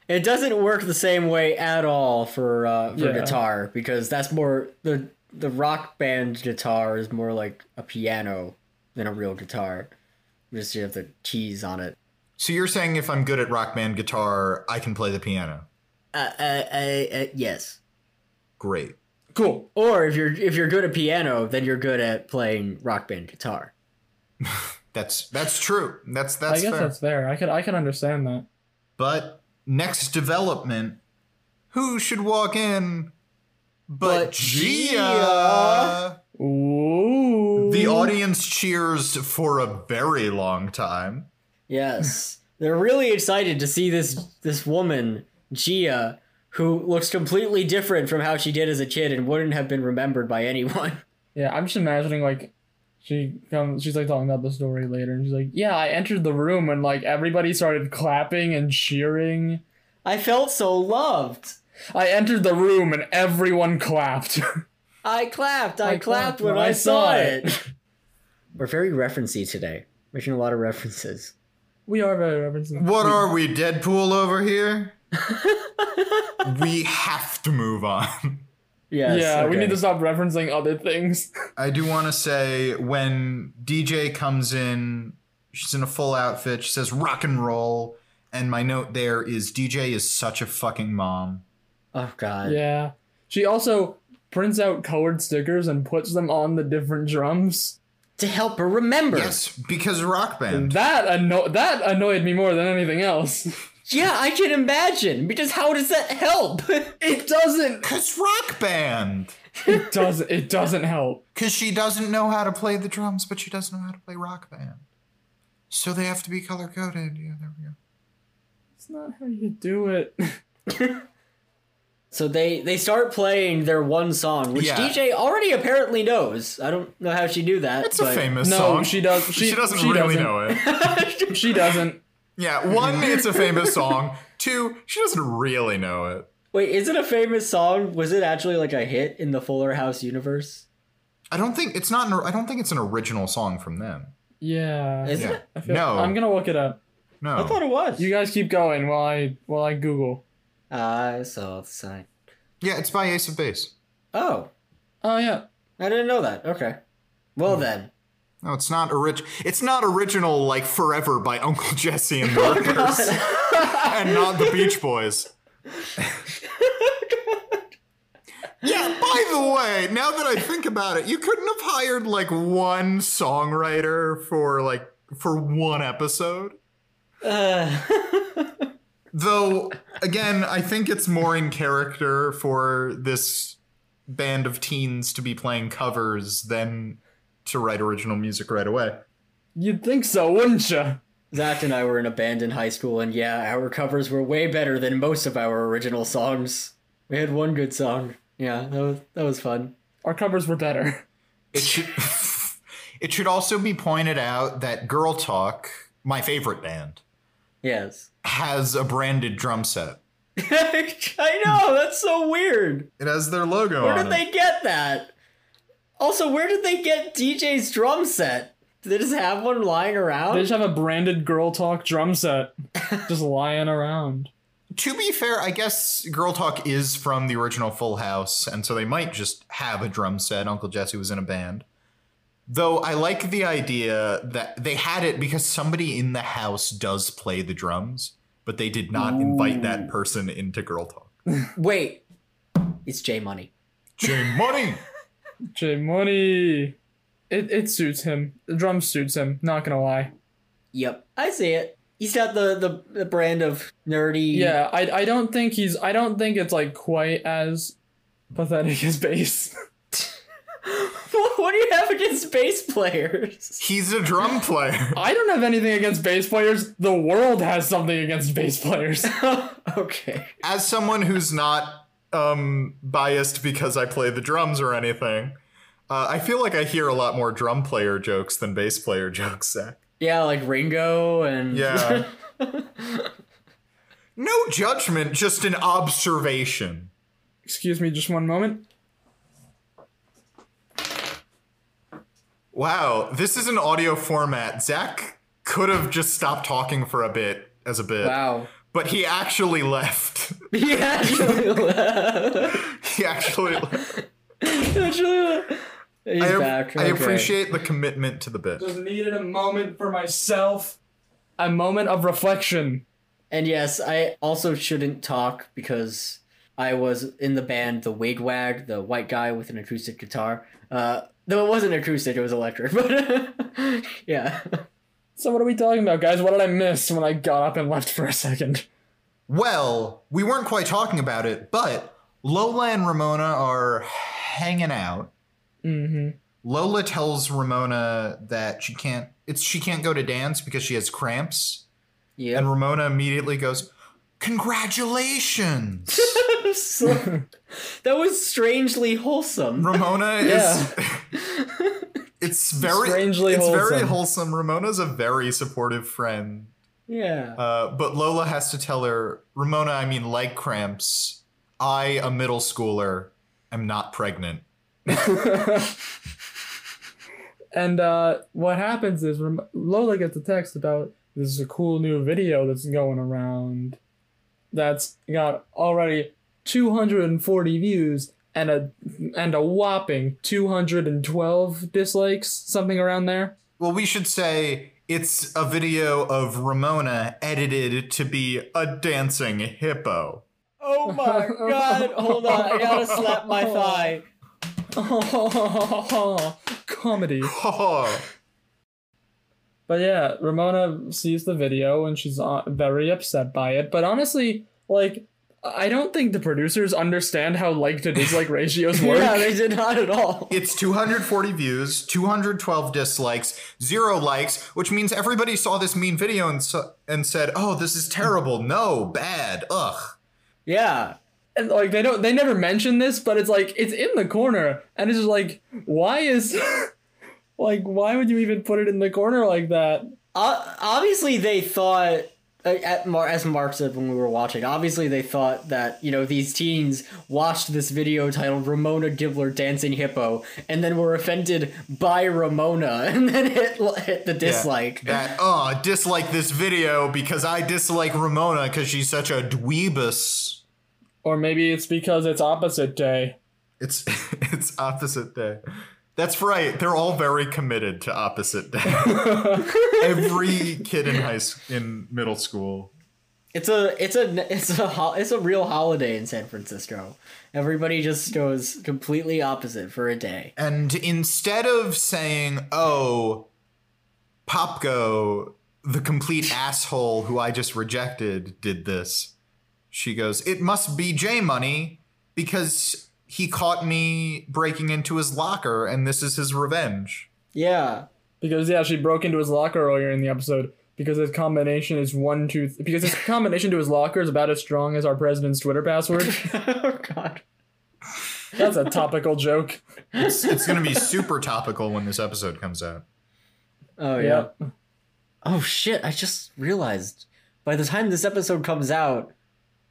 A: It doesn't work the same way at all for uh, for
B: Yeah.
A: guitar because that's more the the rock band guitar is more like a piano than a real guitar. Just you have the keys on it.
C: so you're saying if I'm good at rock band guitar, I can play the piano.
A: Uh, uh, uh, uh, yes.
C: Great.
B: Cool.
A: Or if you're if you're good at piano, then you're good at playing rock band guitar.
C: That's that's true. That's that's
B: I guess
C: fair.
B: that's fair. I could I can understand that.
C: But next development, who should walk in? But,
A: But
C: Gia.
A: Gia.
B: Ooh.
C: The audience cheers for a very long time.
A: Yes, they're really excited to see this this woman Gia, who looks completely different from how she did as a kid and wouldn't have been remembered by anyone.
B: Yeah, I'm just imagining like she comes she's like talking about the story later and she's like, Yeah, I entered the room and like everybody started clapping and cheering.
A: I felt so loved.
B: I entered the room and everyone clapped.
A: I clapped. I, clapped, when I saw it. We're very referencey today. Making a lot of references.
B: we are very referencing.
C: What are we, Deadpool over here? we have to move on.
A: Yes,
B: Yeah, we
A: okay.
B: need to stop referencing other things.
C: I do want to say when DJ comes in, she's in a full outfit. She says rock and roll. And my note there is DJ is such a fucking mom.
A: Oh god.
B: yeah. She also prints out colored stickers and puts them on the different drums.
A: To help her remember.
C: Yes, because
B: And
C: rock band.
B: that anno- that annoyed me more than anything else.
A: Yeah, I can imagine. Because how does that help?
B: It doesn't.
C: Because rock band.
B: It doesn't. It doesn't help.
C: Because she doesn't know how to play the drums, but she does know how to play rock band. So they have to be color coded. Yeah, there we go.
B: It's not how you do it.
A: so they they start playing their one song, which
C: Yeah.
A: DJ already apparently knows. I don't know how she knew that.
C: It's a
A: but-
C: famous
B: No,
C: song.
B: she does- she-
C: doesn't
B: she
C: really
B: doesn't.
C: know it.
B: She doesn't.
C: Yeah, one, it's a famous song. Two, she doesn't really know it.
A: Wait, is it a famous song? Was it actually like a hit in the Fuller House universe?
C: I don't think it's not. An, I don't think it's an original song from them.
B: Yeah.
A: Is
C: Yeah.
A: it?
B: I feel-
C: No.
B: I'm gonna look it up.
C: No.
A: I thought it was.
B: You guys keep going while I while I Google.
A: I saw the sign.
C: yeah, it's by Ace of Base.
A: Oh,
B: Oh yeah.
A: I didn't know that. Okay. Well
C: Hmm.
A: then.
C: No, it's not orig- It's not original like "Forever" by Uncle Jesse and the Rippers, and not the Beach Boys. yeah. By the way, now that I think about it, you couldn't have hired like one songwriter for like for one episode.
A: Uh,
C: Though, again, I think it's more in character for this band of teens to be playing covers than to write original music right away.
B: You'd think so, wouldn't you?
A: Zach and I were in a band in high school, and yeah, our covers were way better than most of our original songs. We had one good song. Yeah, that was, that was fun.
B: Our covers were better.
C: It should, it should also be pointed out that Girl Talk, my favorite band,
A: Yes.
C: has a branded drum set.
A: I know, that's so weird.
C: It has their logo
A: Where did
C: on it.
A: they get that? Also, where did they get DJ's drum set? Did they just have one lying around?
B: They just have a branded girl talk drum set, just lying around.
C: to be fair, I guess Girl Talk is from the original Full House, and so they might just have a drum set. Uncle Jesse was in a band. Though I like the idea that they had it because somebody in the house does play the drums, but they did not invite that person into Girl Talk.
A: Wait, it's J Money.
C: Jay Money!
B: J Money. It it suits him. The drum suits him. Not gonna lie.
A: Yep, I see it. He's got the the, the brand of nerdy.
B: Yeah, I I don't think he's. I don't think it's like quite as pathetic as bass.
A: What, what do you have against bass players?
C: He's a drum player.
B: I don't have anything against bass players. The world has something against bass players.
A: okay.
C: As someone who's not um, biased because I play the drums or anything, uh, I feel like I hear a lot more drum player jokes than bass player jokes, Zach.
A: Yeah, like Ringo and
C: Yeah. no judgment, just an observation.
B: Excuse me, just one moment.
C: Wow, this is an audio format. Zach could have just stopped talking for a bit as a bit,
A: wow.
C: but he actually left.
A: He actually left.
C: he actually left.
A: Actually left. He's
C: I, ap-
A: back. okay.
C: I appreciate the commitment to the bit.
B: Just needed a moment for myself. A moment of reflection.
A: And yes, I also shouldn't talk because I was in the band The Wigwag, the white guy with an acoustic guitar. Uh, though it wasn't acoustic, it was electric. But yeah.
B: So what are we talking about, guys? What did I miss when I got up and left for a second?
C: Well, we weren't quite talking about it, but Lola and Ramona are hanging out.
B: Mm-hmm.
C: Lola tells Ramona that she can't it's she can't go to dance because she has cramps.
A: Yeah.
C: And Ramona immediately goes, Congratulations!
A: So- that was strangely wholesome.
C: Ramona
B: Yeah.
C: is. it's very.
B: Strangely
C: it's very
B: wholesome.
C: wholesome. Ramona's a very supportive friend.
A: Yeah.
C: Uh, but Lola has to tell her, Ramona, I mean, leg cramps. I, a middle schooler, am not pregnant.
B: and uh, what happens is Ram- Lola gets a text about this is a cool new video that's going around that's got already 240 views and a and a whopping 212 dislikes, something around there.
C: Well, we should say it's a video of Ramona edited to be a dancing hippo.
A: Oh my god, hold on, I gotta slap my thigh.
B: comedy.
C: Oh,
B: But yeah, Ramona sees the video and she's uh, very upset by it. But honestly, like, I don't think the producers understand how like to dislike ratios work.
A: Yeah, they did not at all.
C: it's 240 views, 212 dislikes, zero likes, which means everybody saw this mean video and so- and said, "Oh, this is terrible. No, bad. Ugh."
A: Yeah.
B: And like, they don't, they never mention this, but it's like it's in the corner, and it's just like, why is, like, why would you even put it in the corner like that?
A: Uh, obviously, they thought, uh, at Mar- as Mark said when we were watching, obviously they thought that, you know, these teens watched this video titled Ramona Gibbler Dancing Hippo and then were offended by Ramona and then hit, hit the
C: Yeah.
A: dislike.
C: that. Oh, dislike this video because I dislike Ramona because she's such a dweebus.
B: Or maybe it's because it's opposite day.
C: It's it's opposite day. That's right. They're all very committed to opposite day. Every kid in high s- in middle school.
A: It's a it's a it's a ho- it's a real holiday in San Francisco. Everybody just goes completely opposite for a day.
C: And instead of saying, "Oh, Popko, the complete asshole who I just rejected, did this," she goes, "It must be J Money because he caught me breaking into his locker, and this is his revenge."
A: Yeah.
B: Because yeah, she broke into his locker earlier in the episode. Because his combination is one two. Th- because his combination to his locker is about as strong as our president's Twitter password.
A: oh god.
B: That's a topical joke.
C: It's, it's going to be super topical when this episode comes out.
A: Oh yeah.
B: Yeah.
A: Oh shit, I just realized by the time this episode comes out,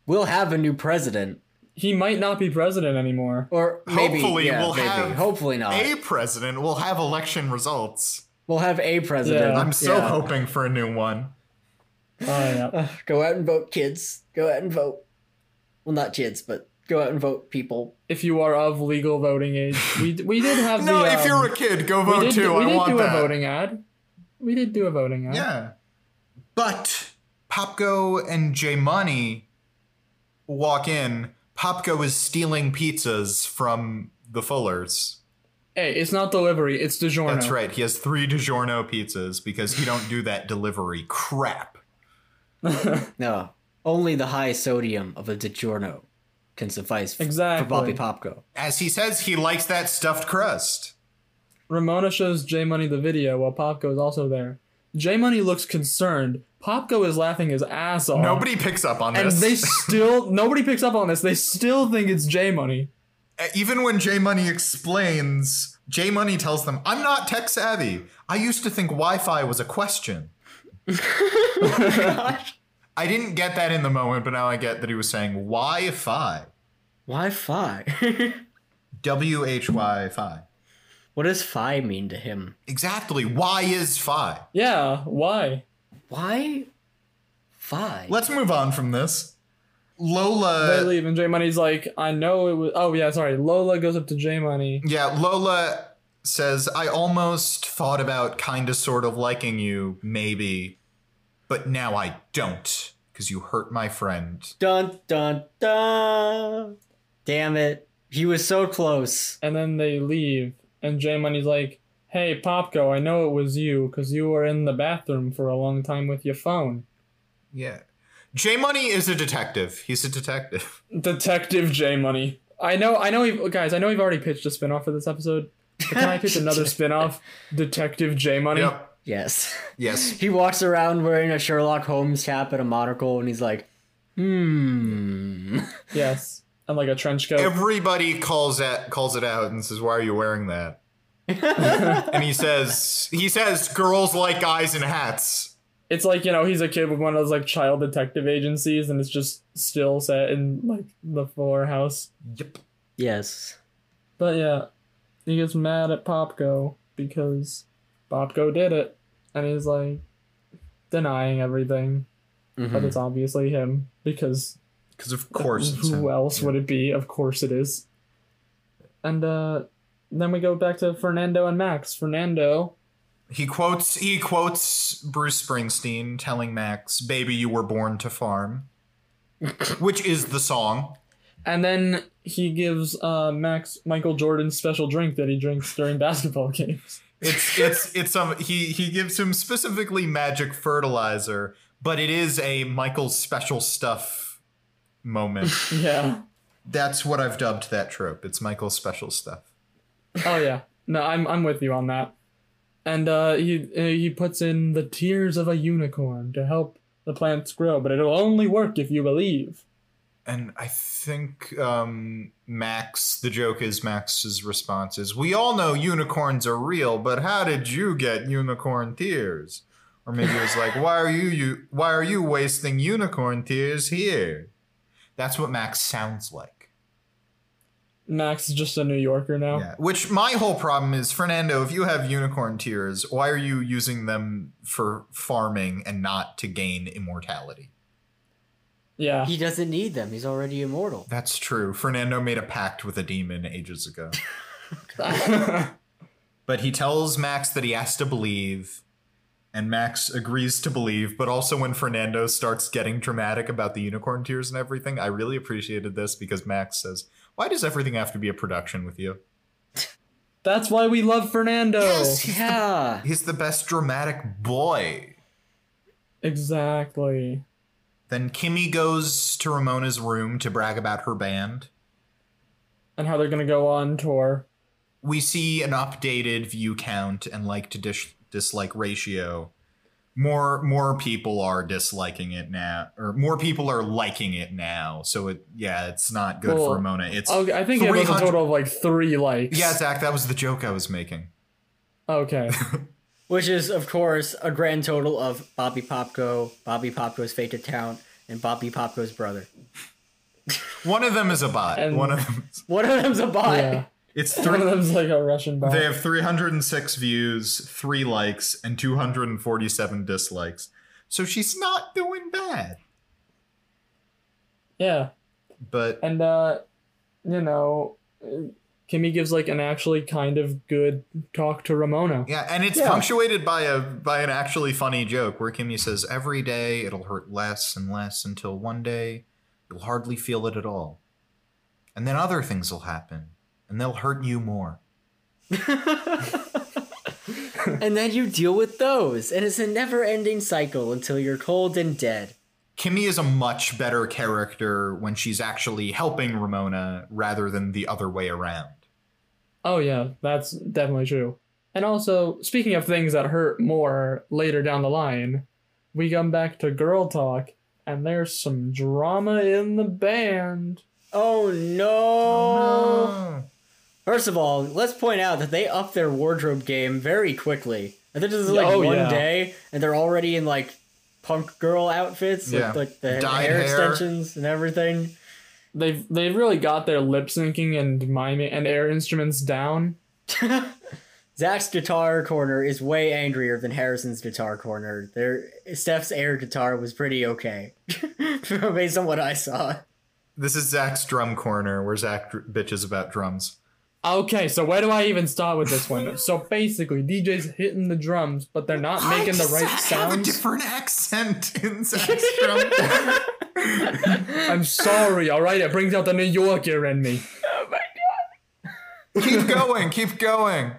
A: we'll have a new president
B: He might not be president anymore.
A: or maybe
C: Hopefully
A: yeah,
C: we'll
A: maybe.
C: have
A: hopefully
B: Uh,
A: not.
C: A president will have election results.
A: We'll have a president.
B: Yeah.
C: I'm so
A: Yeah.
C: hoping for a new one.
B: Oh yeah.
A: Ugh, go out and vote kids. Go out and vote. Well, not kids, but go out and vote people.
B: If you are of legal voting age, we d- we did have
C: No,
B: the.
C: if
B: um,
C: you're a kid, go
B: we
C: vote
B: did,
C: too.
B: we
C: I
B: did
C: want
B: do
C: that.
B: a voting ad. We did do a voting ad.
C: Yeah. But Popko and J Money walk in. Popko is stealing pizzas from the Fullers.
B: Hey, it's not delivery. It's DiGiorno.
C: That's right. He has three DiGiorno pizzas because he don't do that delivery crap.
A: No, only the high sodium of a DiGiorno can suffice f-
B: Exactly.
A: for Bobby Popko.
C: As he says, he likes that stuffed crust.
B: Ramona shows J Money the video while Popko is also there. J Money looks concerned. Popko is laughing his ass off.
C: Nobody picks up on
B: And
C: this.
B: they still nobody picks up on this. They still think it's J Money.
C: E, Even when J Money explains, J Money tells them, I'm not tech savvy. I used to think Wi Fi was a question. I didn't get that in the moment, but now I get that he was saying Wi Fi.
A: Why phi?
C: W H Y Fi.
A: what does phi mean to him?
C: Exactly. Why is Fi?
B: Yeah, why?
A: Why phi?
C: Let's move on from this.
B: They
C: Lola.
B: leave and J Money's like, I know it was oh yeah, sorry. Lola goes up to J Money.
C: Yeah, Lola says, I almost thought about kind of sort of liking you, maybe, but now I don't because you hurt my friend.
A: Dun dun dun! Damn it! He was so close.
B: And then they leave and J Money's like, Hey Popko, I know it was you because you were in the bathroom for a long time with your phone.
C: Yeah. J Money is a detective. He's a detective.
B: Detective J Money. I know, I know, we've, guys. I know we've already pitched a spin-off for this episode. But can I pitch another spin-off? Detective J Money.
C: Yep.
A: Yes.
C: Yes.
A: He walks around wearing a Sherlock Holmes cap and a monocle, and he's like, "Hmm."
B: Yes, and like a trench coat.
C: Everybody calls at calls it out and says, "Why are you wearing that?" and he says, "He says girls like guys in hats."
B: it's like you know he's a kid with one of those like child detective agencies, and it's just still set in like the Fuller House.
C: Yep.
A: Yes.
B: But yeah, he gets mad at Popko because Popko did it, and he's like denying everything, but
A: Mhm.
B: it's obviously him because
C: Because Hmm. of course it's
B: who
C: him.
B: else would it be? Of course it is. And uh, then we go back to Fernando and Max. Fernando,
C: He quotes he quotes Bruce Springsteen telling Max, "Baby, you were born to farm," which is the song.
B: and then he gives uh, Max Michael Jordan's special drink that he drinks during basketball games.
C: It's it's it's some he he gives him specifically magic fertilizer, but it is a Michael's special stuff moment.
B: Yeah.
C: That's what I've dubbed that trope. It's Michael's special stuff.
B: Oh yeah. No, I'm I'm with you on that. And uh, he uh, he puts in the tears of a unicorn to help the plants grow, but it'll only work if you believe.
C: And I think um, Max, the joke is Max's response is, "We all know unicorns are real, but how did you get unicorn tears?" Or maybe it was like, "Why are you, you Why are you wasting unicorn tears here?" That's what Max sounds like.
B: Max is just a New Yorker now.
C: Yeah. Which my whole problem is, Fernando. If you have unicorn tears, why are you using them for farming and not to gain immortality?
B: Yeah.
A: He doesn't need them. He's already immortal.
C: That's true. Fernando made a pact with a demon ages ago. But he tells Max that he has to believe, and Max agrees to believe. But also, when Fernando starts getting dramatic about the unicorn tears and everything, I really appreciated this because Max says, Why does everything have to be a production with you?
B: That's why we love Fernando.
C: Yes.
A: Yeah.
C: He's the best dramatic boy.
B: Exactly.
C: Then Kimmy goes to Ramona's room to brag about her band.
B: And how they're gonna go on tour.
C: we see an updated view count and like to dis- dislike ratio. More more people are disliking it now, or more people are liking it now. So it yeah, it's not good
B: Well,
C: for Ramona. It's
B: Okay, Oh, I think it was a
C: 300
B: total of like three likes.
C: yeah, Zach, that was the joke I was making.
B: Okay.
A: Which is, of course, a grand total of Bobby Popko, Bobby Popko's Fate to Town, and Bobby Popko's brother.
C: One of them is a bot.
B: And-
C: One of them,
A: One of them's a bot.
B: Yeah.
C: it's
B: One
C: three.
B: of them's like a Russian bot.
C: They have 306 views, three likes, and 247 dislikes. So she's not doing bad.
B: Yeah.
C: But
B: And uh you know uh, Kimmy gives like an actually kind of good talk to Ramona.
C: Yeah, and it's
B: Yeah.
C: punctuated by a by an actually funny joke where Kimmy says, "Every day it'll hurt less and less until one day you'll hardly feel it at all, and then other things will happen, and they'll hurt you more."
A: and then you deal with those, and it's a never-ending cycle until you're cold and dead.
C: Kimmy is a much better character when she's actually helping Ramona rather than the other way around.
B: Oh yeah, that's definitely true. And also, speaking of things that hurt more later down the line, we come back to girl talk and there's some drama in the band.
A: Oh
C: Oh.
A: no!
B: Oh.
A: First of all, let's point out that they up their wardrobe game very quickly. I think this is like
B: Oh,
A: one
B: yeah.
A: day, and they're already in like punk girl outfits
C: Yeah.
A: with like the
C: Dyed
A: hair
C: hair.
A: extensions and everything.
B: They've they've really got their lip syncing and miming and air instruments down.
A: Zach's guitar corner is way angrier than Harrison's guitar corner. Their Steph's air guitar was pretty okay, based on what I saw.
C: This is Zach's drum corner where Zach dr- bitches about drums.
B: Okay, so where do I even start with this one? so basically, DJ's hitting the drums, but they're not making the right
C: Have a
B: sounds.
C: different accent in Zach's drum corner.
B: I'm sorry, all right? It brings out the New Yorker in me.
C: keep going, keep going.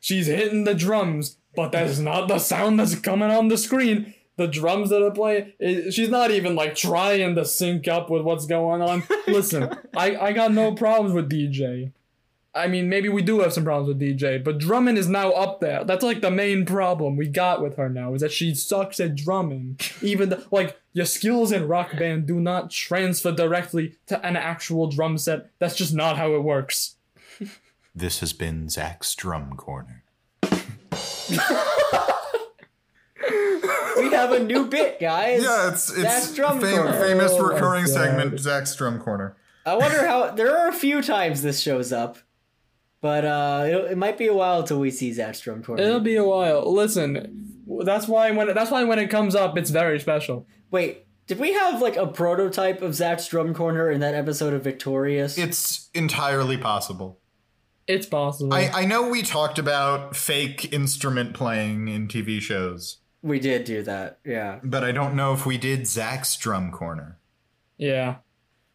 B: She's hitting the drums, but that's not the sound that's coming on the screen. The drums that are playing, i- she's not even like trying to sync up with what's going on. Listen, I, I got no problems with DJ. I mean, maybe we do have some problems with DJ, but drumming is now up there. That's like the main problem we got with her now is that she sucks at drumming. Even th- like your skills in rock band do not transfer directly to an actual drum set. That's just not how it works.
C: This has been Zach's Drum Corner.
A: We have a new bit, guys.
C: Yeah, it's it's
A: Zach's drum
C: fam-
A: corner.
C: famous
B: Oh my
C: recurring
B: God.
C: segment, Zach's drum corner.
A: I wonder how. There are a few times this shows up, but uh, it, it might be a while till we see Zach's drum corner.
B: It'll be a while. Listen, that's why when that's why when it comes up, it's very special.
A: Wait, did we have like a prototype of Zach's drum corner in that episode of Victorious?
C: It's entirely possible.
B: It's possible.
C: I, I know we talked about fake instrument playing in TV shows,
A: we did do that. Yeah.
C: but I don't know if we did Zach's drum corner.
B: yeah.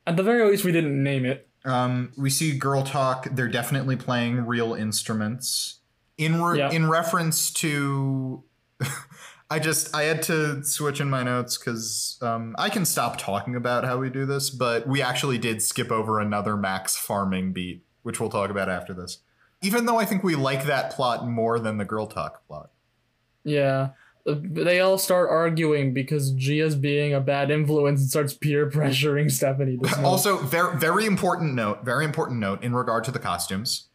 B: At the very least, we didn't name it.
C: Um, we see Girl Talk. They're definitely playing real instruments. In re-
B: Yeah.
C: in reference to, I just I had to switch in my notes because um, I can stop talking about how we do this, but we actually did skip over another Max farming beat, which we'll talk about after this. Even though I think we like that plot more than the Girl Talk plot.
B: Yeah. Uh, They all start arguing because Gia's being a bad influence and starts peer pressuring Stephanie. To smoke.
C: Also, very very important note. Very important note in regard to the costumes.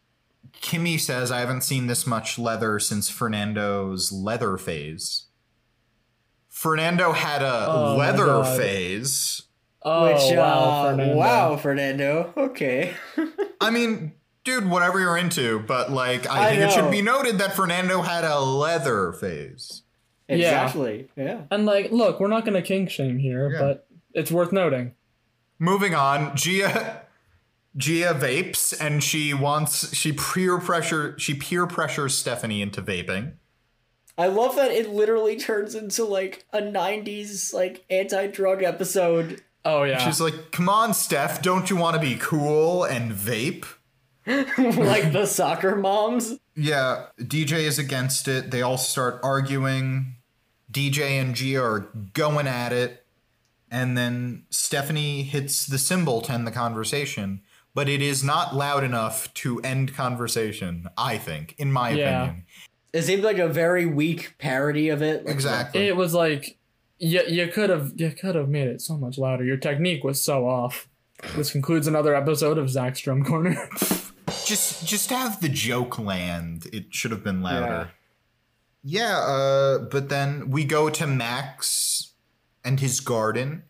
C: Kimmy says, "I haven't seen this much leather since Fernando's leather phase." Fernando had a
B: Oh my
C: leather
B: God.
C: phase.
B: oh
A: Which,
B: wow,
A: uh,
B: Fernando.
A: wow, Fernando. Okay.
C: I mean, dude, whatever you're into, but like, I,
A: I
C: think it should
A: know.
C: be noted that Fernando had a leather phase.
B: Yeah.
A: Exactly. Yeah.
B: And like, look, we're not gonna kink shame here,
C: Yeah.
B: but it's worth noting.
C: Moving on, Gia. Gia vapes, and she wants she peer pressure she peer pressures Stephanie into vaping.
A: I love that it literally turns into like a 90s like anti-drug episode.
B: Oh yeah.
C: She's like, come on, Steph, don't you want to be cool and vape?
A: like the soccer moms.
C: Yeah, DJ is against it. They all start arguing. DJ and Gia are going at it. And then Stephanie hits the symbol to end the conversation, but it is not loud enough to end conversation, I think, in my
B: Yeah.
C: opinion.
A: It seemed like a very weak parody of it. Like,
C: Exactly.
B: it was like you, you could have you could have made it so much louder. Your technique was so off. This concludes another episode of Zach's Drum Corner.
C: just just have the joke land. It should have been louder. Yeah, uh, but then we go to Max and his garden,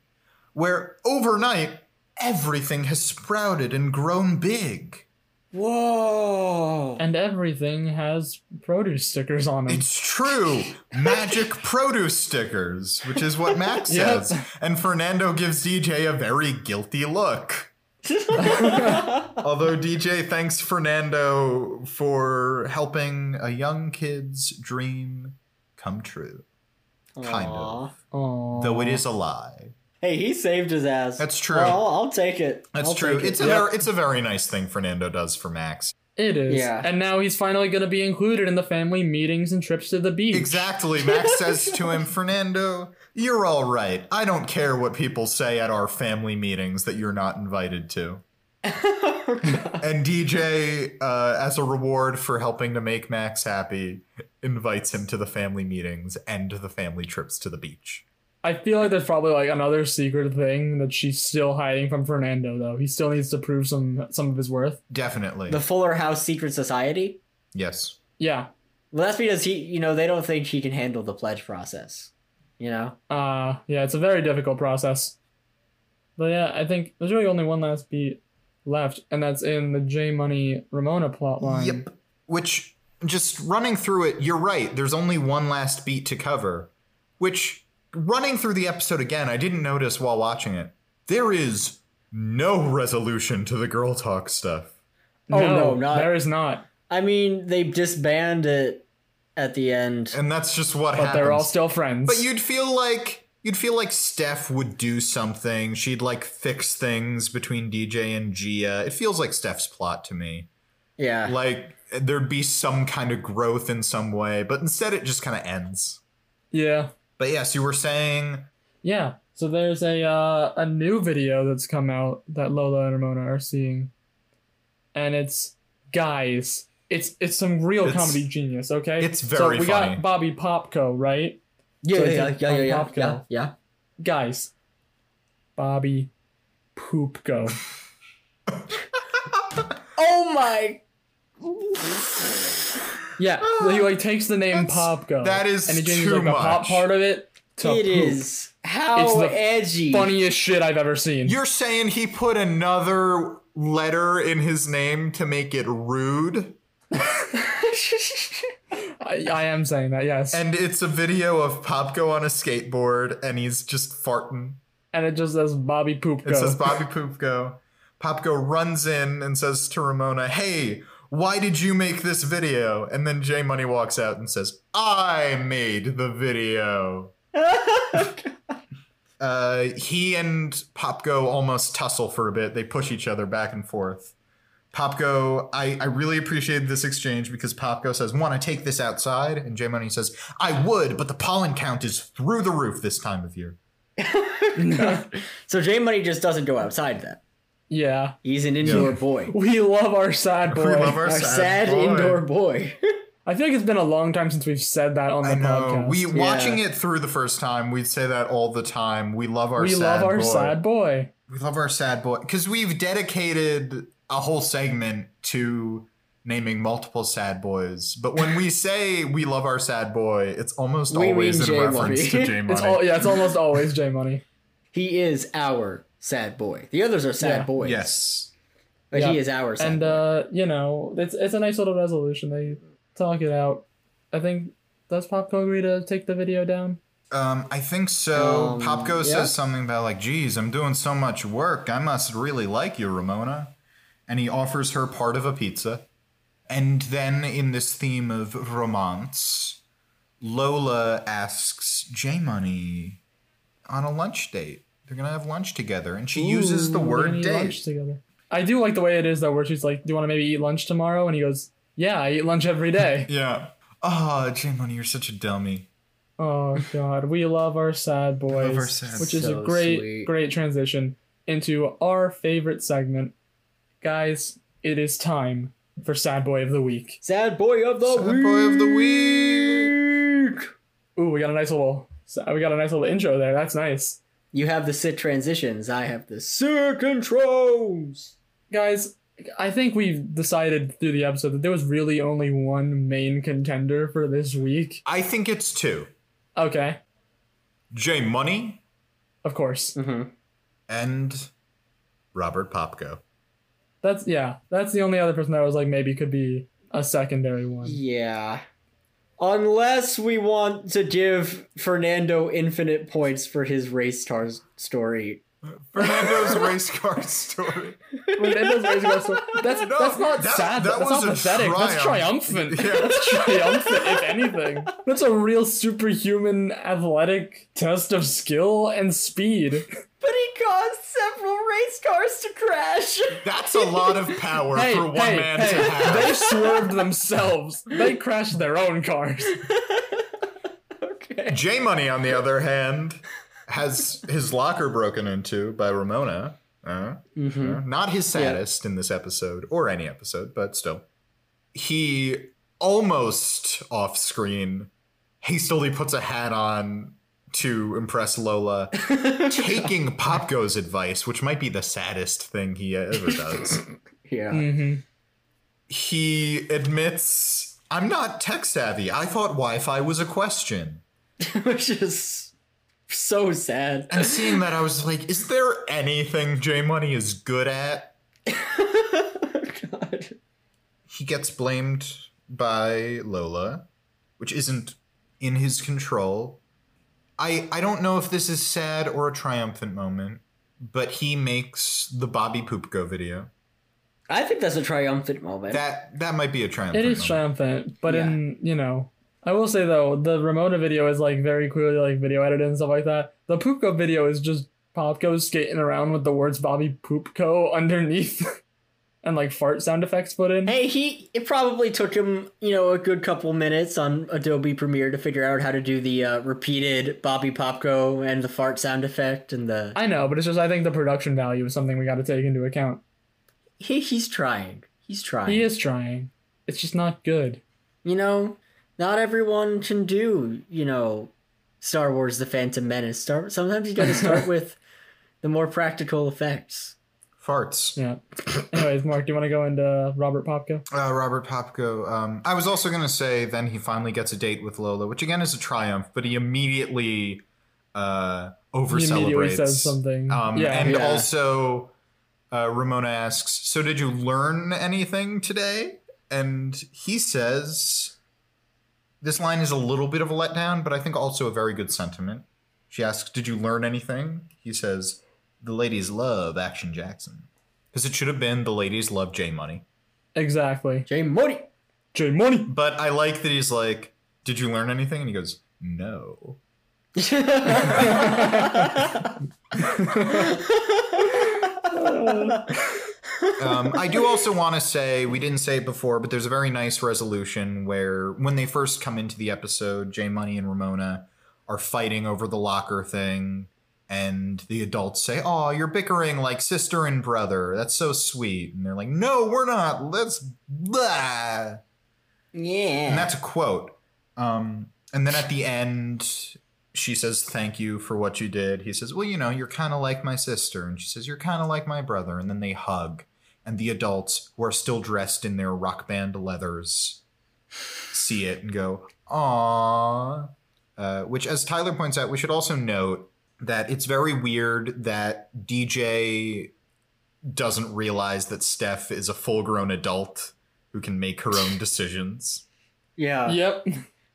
C: where overnight everything has sprouted and grown big.
A: Whoa.
B: and everything has produce stickers on them.
C: It's true. Magic produce stickers, which is what Max
B: Yep.
C: says. And Fernando gives DJ a very guilty look. Although DJ thanks Fernando for helping a young kid's dream come true. Kind
A: Aw.
C: of. Though it is a lie.
A: Hey, he saved his ass.
C: That's true.
A: Well, I'll, I'll take it.
C: That's
A: I'll
C: true.
A: take it.
C: It's a ver- it's a very nice thing Fernando does for Max.
B: It is.
A: Yeah.
B: And now he's finally going to be included in the family meetings and trips to the beach.
C: Exactly. Max says to him, Fernando, you're all right. I don't care what people say at our family meetings that you're not invited to. and DJ, uh, as a reward for helping to make Max happy, invites him to the family meetings and to the family trips to the beach.
B: I feel like there's probably like another secret thing that she's still hiding from Fernando though. He still needs to prove some some of his worth.
C: Definitely.
A: the Fuller House Secret Society.
C: yes.
B: Yeah.
A: Well, that's because he, you know, they don't think he can handle the pledge process. You know,
B: Uh yeah, it's a very difficult process. But yeah, I think there's really only one last beat left and that's in the J Money Ramona plotline.
C: Yep. Which, just running through it, you're right. There's only one last beat to cover. Which, running through the episode again, I didn't notice while watching it. There is no resolution to the girl talk stuff.
B: No,
A: Oh, no, not-
B: there is not.
A: I mean, they disband it at the end.
C: And that's just what
B: But
C: happens.
B: they're all still friends.
C: But you'd feel like you'd feel like Steph would do something. She'd like fix things between DJ and Gia. It feels like Steph's plot to me.
A: Yeah,
C: Like there'd be some kind of growth in some way, but instead it just kind of ends.
B: Yeah.
C: But yes, you were saying
B: Yeah. So there's a uh, a new video that's come out that Lola and Ramona are seeing, and it's guys. It's it's some real
C: It's-
B: comedy genius. Okay.
C: it's
B: so
C: very
B: we
C: funny.
B: got Bobby Popko right,
A: yeah,
B: so
A: yeah,
B: it's
A: yeah,
B: like
A: yeah, yeah,
B: on
A: yeah,
B: Popco.
A: yeah, yeah.
B: guys. Bobby Poopko.
A: Oh my!
B: Yeah. so he like takes the name
C: That's-
B: Popko.
C: Ah, that is
B: and he changes
C: too
B: like the pop
C: much.
B: part of it to
A: It
B: poop.
A: is. How
B: It's the
A: edgy.
B: Funniest shit I've ever seen.
C: You're saying he put another letter in his name to make it rude?
B: I, I am saying that, yes. And,
C: And it's a video of Popko on a skateboard and he's just farting.
B: it just says Bobby Poop
C: It says Bobby Popko. Popko runs in and says to Ramona, Hey, why did you make this video? And then J Money walks out and says, I made the video. Uh, he and Popko almost tussle for a bit. They push each other back and forth. Popko, I, I really appreciated this exchange because Popko says, Want to take this outside? And J Money says, I would, but the pollen count is through the roof this time of year.
A: so J Money just doesn't go outside then.
B: yeah.
A: He's an indoor boy.
B: We love our sad boy.
C: We love our
A: Our sad,
C: sad boy.
A: indoor boy.
B: I feel like it's been a long time since we've said that on the
C: I know.
B: podcast.
C: We
B: we
C: watching it through the first time, we say that all the time. We love our sad
B: love our
C: boy.
B: sad boy.
C: We love our sad boy because we've dedicated a whole segment to naming multiple sad boys. But when we say we love our sad boy, it's almost
A: We
C: always
A: mean
C: in
A: J
C: reference
A: Money.
C: to J Money.
B: It's all yeah, it's almost always J Money.
A: he is our sad boy. The others are sad
B: Yeah.
A: boys.
C: yes.
A: But he
B: Yeah.
A: is our sad
B: And
A: boy.
B: uh, you know, it's it's a nice little resolution. They talk it out. I think does Popco agree to take the video down?
C: Um, I think so.
A: Um,
C: Popko
A: yeah.
C: says something about like, "Geez, I'm doing so much work. I must really like you, Ramona." And he offers her part of a pizza. And then, in this theme of romance, Lola asks J Money on a lunch date. They're gonna have lunch together, and she uses the
B: Ooh, we're gonna
C: word
B: eat lunch
C: date.
B: together. I do like the way it is though, where she's like, "Do you want to maybe eat lunch tomorrow?" And he goes, "Yeah, I eat lunch every day."
C: Yeah. Oh, J Money, you're such a dummy.
B: Oh God, we love our sad boys,
C: our sad-
B: which is
A: So
B: a great,
A: sweet.
B: great transition into our favorite segment, guys. It is time for sad boy of the week.
A: sad boy of the
C: Sad
A: week.
C: boy of the week.
B: Ooh, we got a nice little, we got a nice little intro there. That's nice,
A: You have the sit transitions. I have the sit controls.
B: guys. I think we've decided through the episode that there was really only one main contender for this week.
C: I think it's two.
B: Okay,
C: J Money
B: of course.
A: Mm-hmm.
C: and Robert Popko.
B: That's yeah. That's the only other person that I was like maybe could be a secondary one.
A: Yeah. Unless we want to give Fernando infinite points for his race car story.
C: Fernando's race car story.
B: Fernando's raising us- That's
C: No,
B: that's not
C: that-
B: sad.
C: that
B: that's not
C: was a
B: pathetic. That's
C: triumph.
B: triumphant.
C: Yeah.
B: That's triumphant, if anything. That's a real superhuman athletic test of skill and speed.
A: But he caused several race cars to crash.
C: That's a lot of power
B: Hey,
C: for one
B: hey,
C: man
B: hey,
C: to have.
B: they swerved themselves. They crashed their own cars.
A: okay.
C: J Money, on the other hand, has his locker broken into by Ramona. Uh,
A: Mm-hmm.
C: uh, not his saddest in this episode or any episode, but still. He almost off screen hastily puts a hat on to impress Lola, taking Popgo's advice, which might be the saddest thing he ever does.
A: Yeah.
B: hmm
C: Mm-hmm. he admits I'm not tech savvy. I thought Wi-Fi was a question.
A: Which is so sad.
C: And seeing that I was like, is there anything J Money is good at?
A: Oh, God.
C: He gets blamed by Lola, which isn't in his control. I I don't know if this is sad or a triumphant moment, but he makes the Bobby Poopko video.
A: I think that's a triumphant moment.
C: That that might be a triumphant
B: It is
C: moment.
B: triumphant, but in you know, I will say though, the Ramona video is like very clearly like video edited and stuff like that. The Poopco video is just Popco skating around with the words Bobby Poopco underneath, and like fart sound effects put in.
A: Hey, he it probably took him, you know, a good couple minutes on Adobe Premiere to figure out how to do the uh, repeated Bobby Popko and the fart sound effect and the
B: I know, but it's just I think the production value is something we got to take into account.
A: he, he's trying. He's trying.
B: He is trying. It's just not good.
A: You know, not everyone can do, you know, Star Wars The Phantom Menace. Start sometimes you got to start with the more practical effects.
C: Farts.
B: Yeah. Anyways, Mark, do you want to go into Robert Popco?
C: uh, Robert Popko. Um, I was also going to say, then he finally gets a date with Lola, which again is a triumph, but he immediately uh,
B: He
C: over
B: immediately
C: celebrates.
B: says something.
C: Um,
B: Mm-hmm. yeah,
C: and
A: yeah.
C: also, uh, Ramona asks, "So did you learn anything today?" And he says, "This line is a little bit of a letdown, but I think also a very good sentiment." She asks, "Did you learn anything?" He says, "The ladies love Action Jackson." Because it should have been the ladies love J Money.
B: exactly.
A: Jay Modi.
B: J Money.
C: But I like that he's like, Did you learn anything? And he goes, No. um, I do also want to say we didn't say it before, but there's a very nice resolution where when they first come into the episode, Jay Money and Ramona are fighting over the locker thing, and the adults say, "Oh, you're bickering like sister and brother. That's so sweet." And they're like, "No, we're not. Let's." Blah.
A: yeah.
C: And that's a quote. Um, and then at the end, she says, Thank you for what you did. He says, Well, you know, you're kind of like my sister. And she says, You're kind of like my brother. And then they hug. And the adults, who are still dressed in their rock band leathers, see it and go, Aww. Uh, which, as Tyler points out, we should also note that it's very weird that DJ doesn't realize that Steph is a full grown adult who can make her own decisions.
A: yeah.
B: Yep.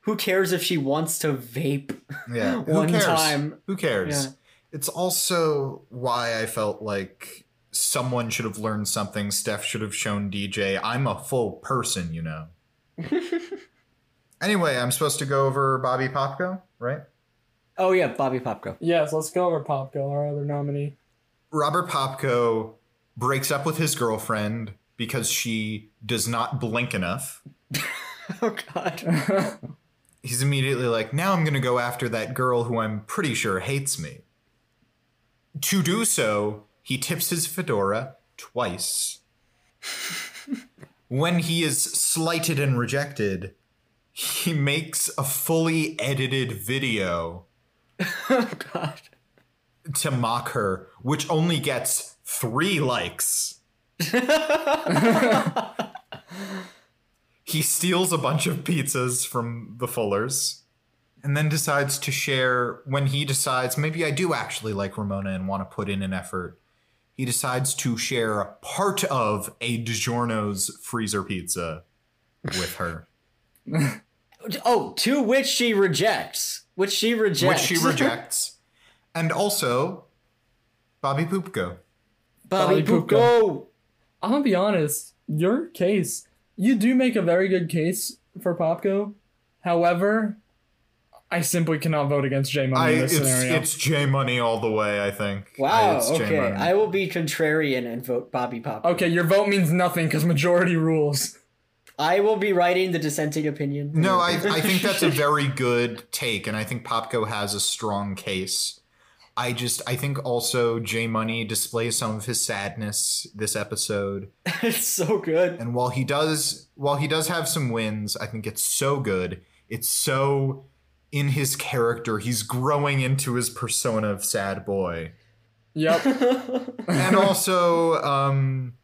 A: Who cares if she wants to vape?
C: Yeah.
A: One
C: Who cares?
A: time.
C: Who cares?
A: Yeah.
C: It's also why I felt like someone should have learned something. Steph should have shown DJ, I'm a full person, you know. anyway, I'm supposed to go over Bobby Popko, right?
A: Oh yeah, Bobby Popko.
B: Yes, let's go over Popko, our other nominee.
C: Robert Popko breaks up with his girlfriend because she does not blink enough.
A: Oh god.
C: He's immediately like, now I'm going to go after that girl who I'm pretty sure hates me. To do so, he tips his fedora twice. when he is slighted and rejected, he makes a fully edited video
A: Oh god.
C: to mock her, which only gets three likes. he steals a bunch of pizzas from the Fullers and then decides to share when he decides, maybe I do actually like Ramona and want to put in an effort. He decides to share part of a DiGiorno's freezer pizza with her,
A: Oh, to which she rejects. Which she
C: which
A: rejects.
C: she rejects. And also, Bobby Poopko.
A: Bobby,
B: Bobby
A: Popko.
B: Popko. I'm gonna be honest. Your case, you do make a very good case for Popko. However, I simply cannot vote against J
C: I,
B: Money in
C: it's,
B: this scenario.
C: it's J Money all the way, I think. I,
A: Wow.
C: it's J
A: okay.
C: Money.
A: I will be contrarian and vote Bobby Popko.
B: okay, your vote means nothing because majority rules.
A: I will be writing the dissenting opinion.
C: No, I, I think that's a very good take, and I think Popko has a strong case. I just I think also J Money displays some of his sadness this episode.
A: it's so good.
C: And while he does while he does have some wins, I think it's so good. It's so in his character. He's growing into his persona of sad boy.
B: Yep.
C: And also, um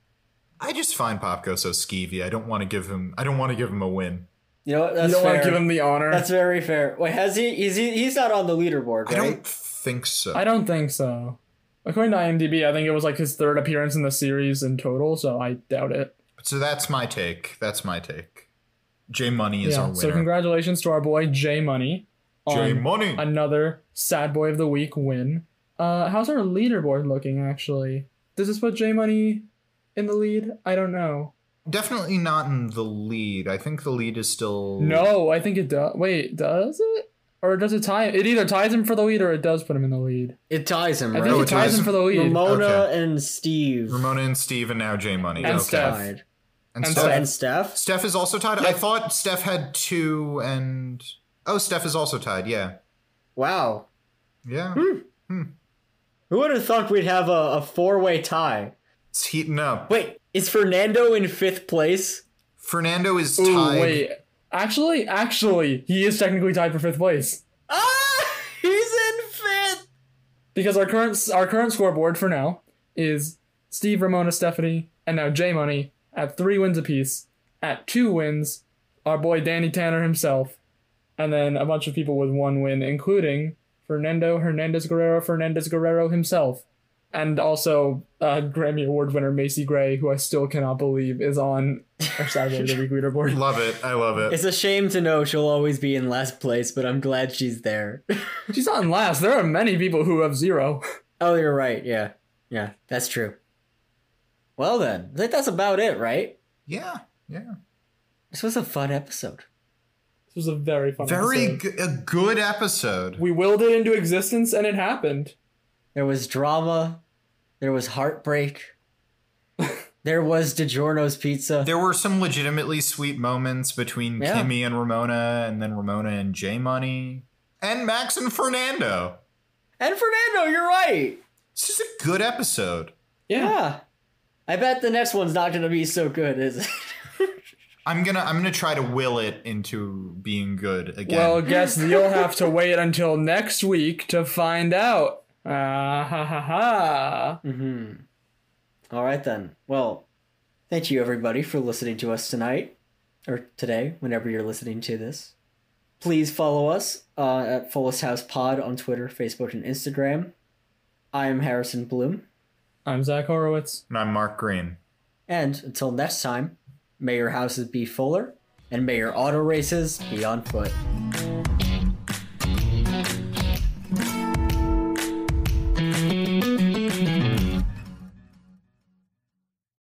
C: I just find Popko so skeevy. I don't want to give him I don't want to give him a win.
A: You know what?
B: you
A: That's
B: don't want
A: fair.
B: to give him the honor.
A: that's very fair. Wait, has he? Is he? He's not on the leaderboard,
C: I
A: right?
C: don't think so.
B: I don't think so. According to IMDb, I think it was like his third appearance in the series in total, so I doubt it.
C: So that's my take. That's my take. J Money is our winner.
B: So congratulations to our boy J Money
C: J
B: on
C: Money.
B: another Sad Boy of the Week win. Uh, how's our leaderboard looking? Actually, does this put J Money in the lead? I don't know.
C: Definitely not in the lead. I think the lead is still
B: No, I think it does. Wait, does it? Or does it tie? It either ties him for the lead, or it does put him in the lead.
A: It ties him,
B: I
A: right?
B: think
C: No,
B: it
C: it
B: ties
C: ties
B: him for the lead.
A: Ramona
C: Okay.
A: and Steve.
C: Ramona and Steve and now J Money.
B: And
C: okay.
B: Steph.
A: tied.
B: And
C: And Steph.
A: And Steph.
C: Steph is also tied. I thought Steph had two and oh, Steph is also tied. Yeah,
A: Wow.
C: yeah.
B: Hmm.
A: Who would have thought we'd have a, a four way tie?
C: It's heating up.
A: Wait, is Fernando in fifth place?
C: Fernando is
B: Ooh,
C: tied.
B: wait. Actually, actually, he is technically tied for fifth place
A: Ah, he's in fifth.
B: because our current our current scoreboard for now is Steve, Ramona, Stephanie, and now J Money at three wins apiece. At two wins, our boy Danny Tanner himself, and then a bunch of people with one win, including Fernando Hernandez Guerrero Fernandez Guerrero himself, and also uh, Grammy Award winner Macy Gray, who I still cannot believe is on our Saturday of the Week leaderboard.
C: Love it. I love it.
A: It's a shame to know she'll always be in last place, but I'm glad she's there.
B: She's not in last. There are many people who have zero.
A: oh, you're right. Yeah. Yeah, that's true. Well, then, I think that's about it, right?
C: yeah. Yeah.
A: This was a fun episode.
B: This was a very fun.
C: Very
B: episode.
C: g- a good episode.
B: We willed it into existence, and it happened.
A: There was drama, there was heartbreak, there was DiGiorno's pizza.
C: There were some legitimately sweet moments between
A: Yeah.
C: Kimmy and Ramona, and then Ramona and J Money, and Max and Fernando.
A: And Fernando, you're right.
C: It's just a good episode.
A: Yeah. I bet the next one's not going to be so good, is it?
C: I'm gonna I'm gonna try to will it into being good again.
B: Well, guess you'll have to wait until next week to find out. Ah ha ha ha.
A: hmm All right, then. Well, thank you, everybody, for listening to us tonight or today, whenever you're listening to this. Please follow us uh, at Fullest House Pod on Twitter, Facebook, and Instagram. I'm Harrison Bloom,
B: I'm Zach Horowitz.
C: and I'm Mark Green.
A: and until next time, may your houses be fuller, and may your auto races be on foot.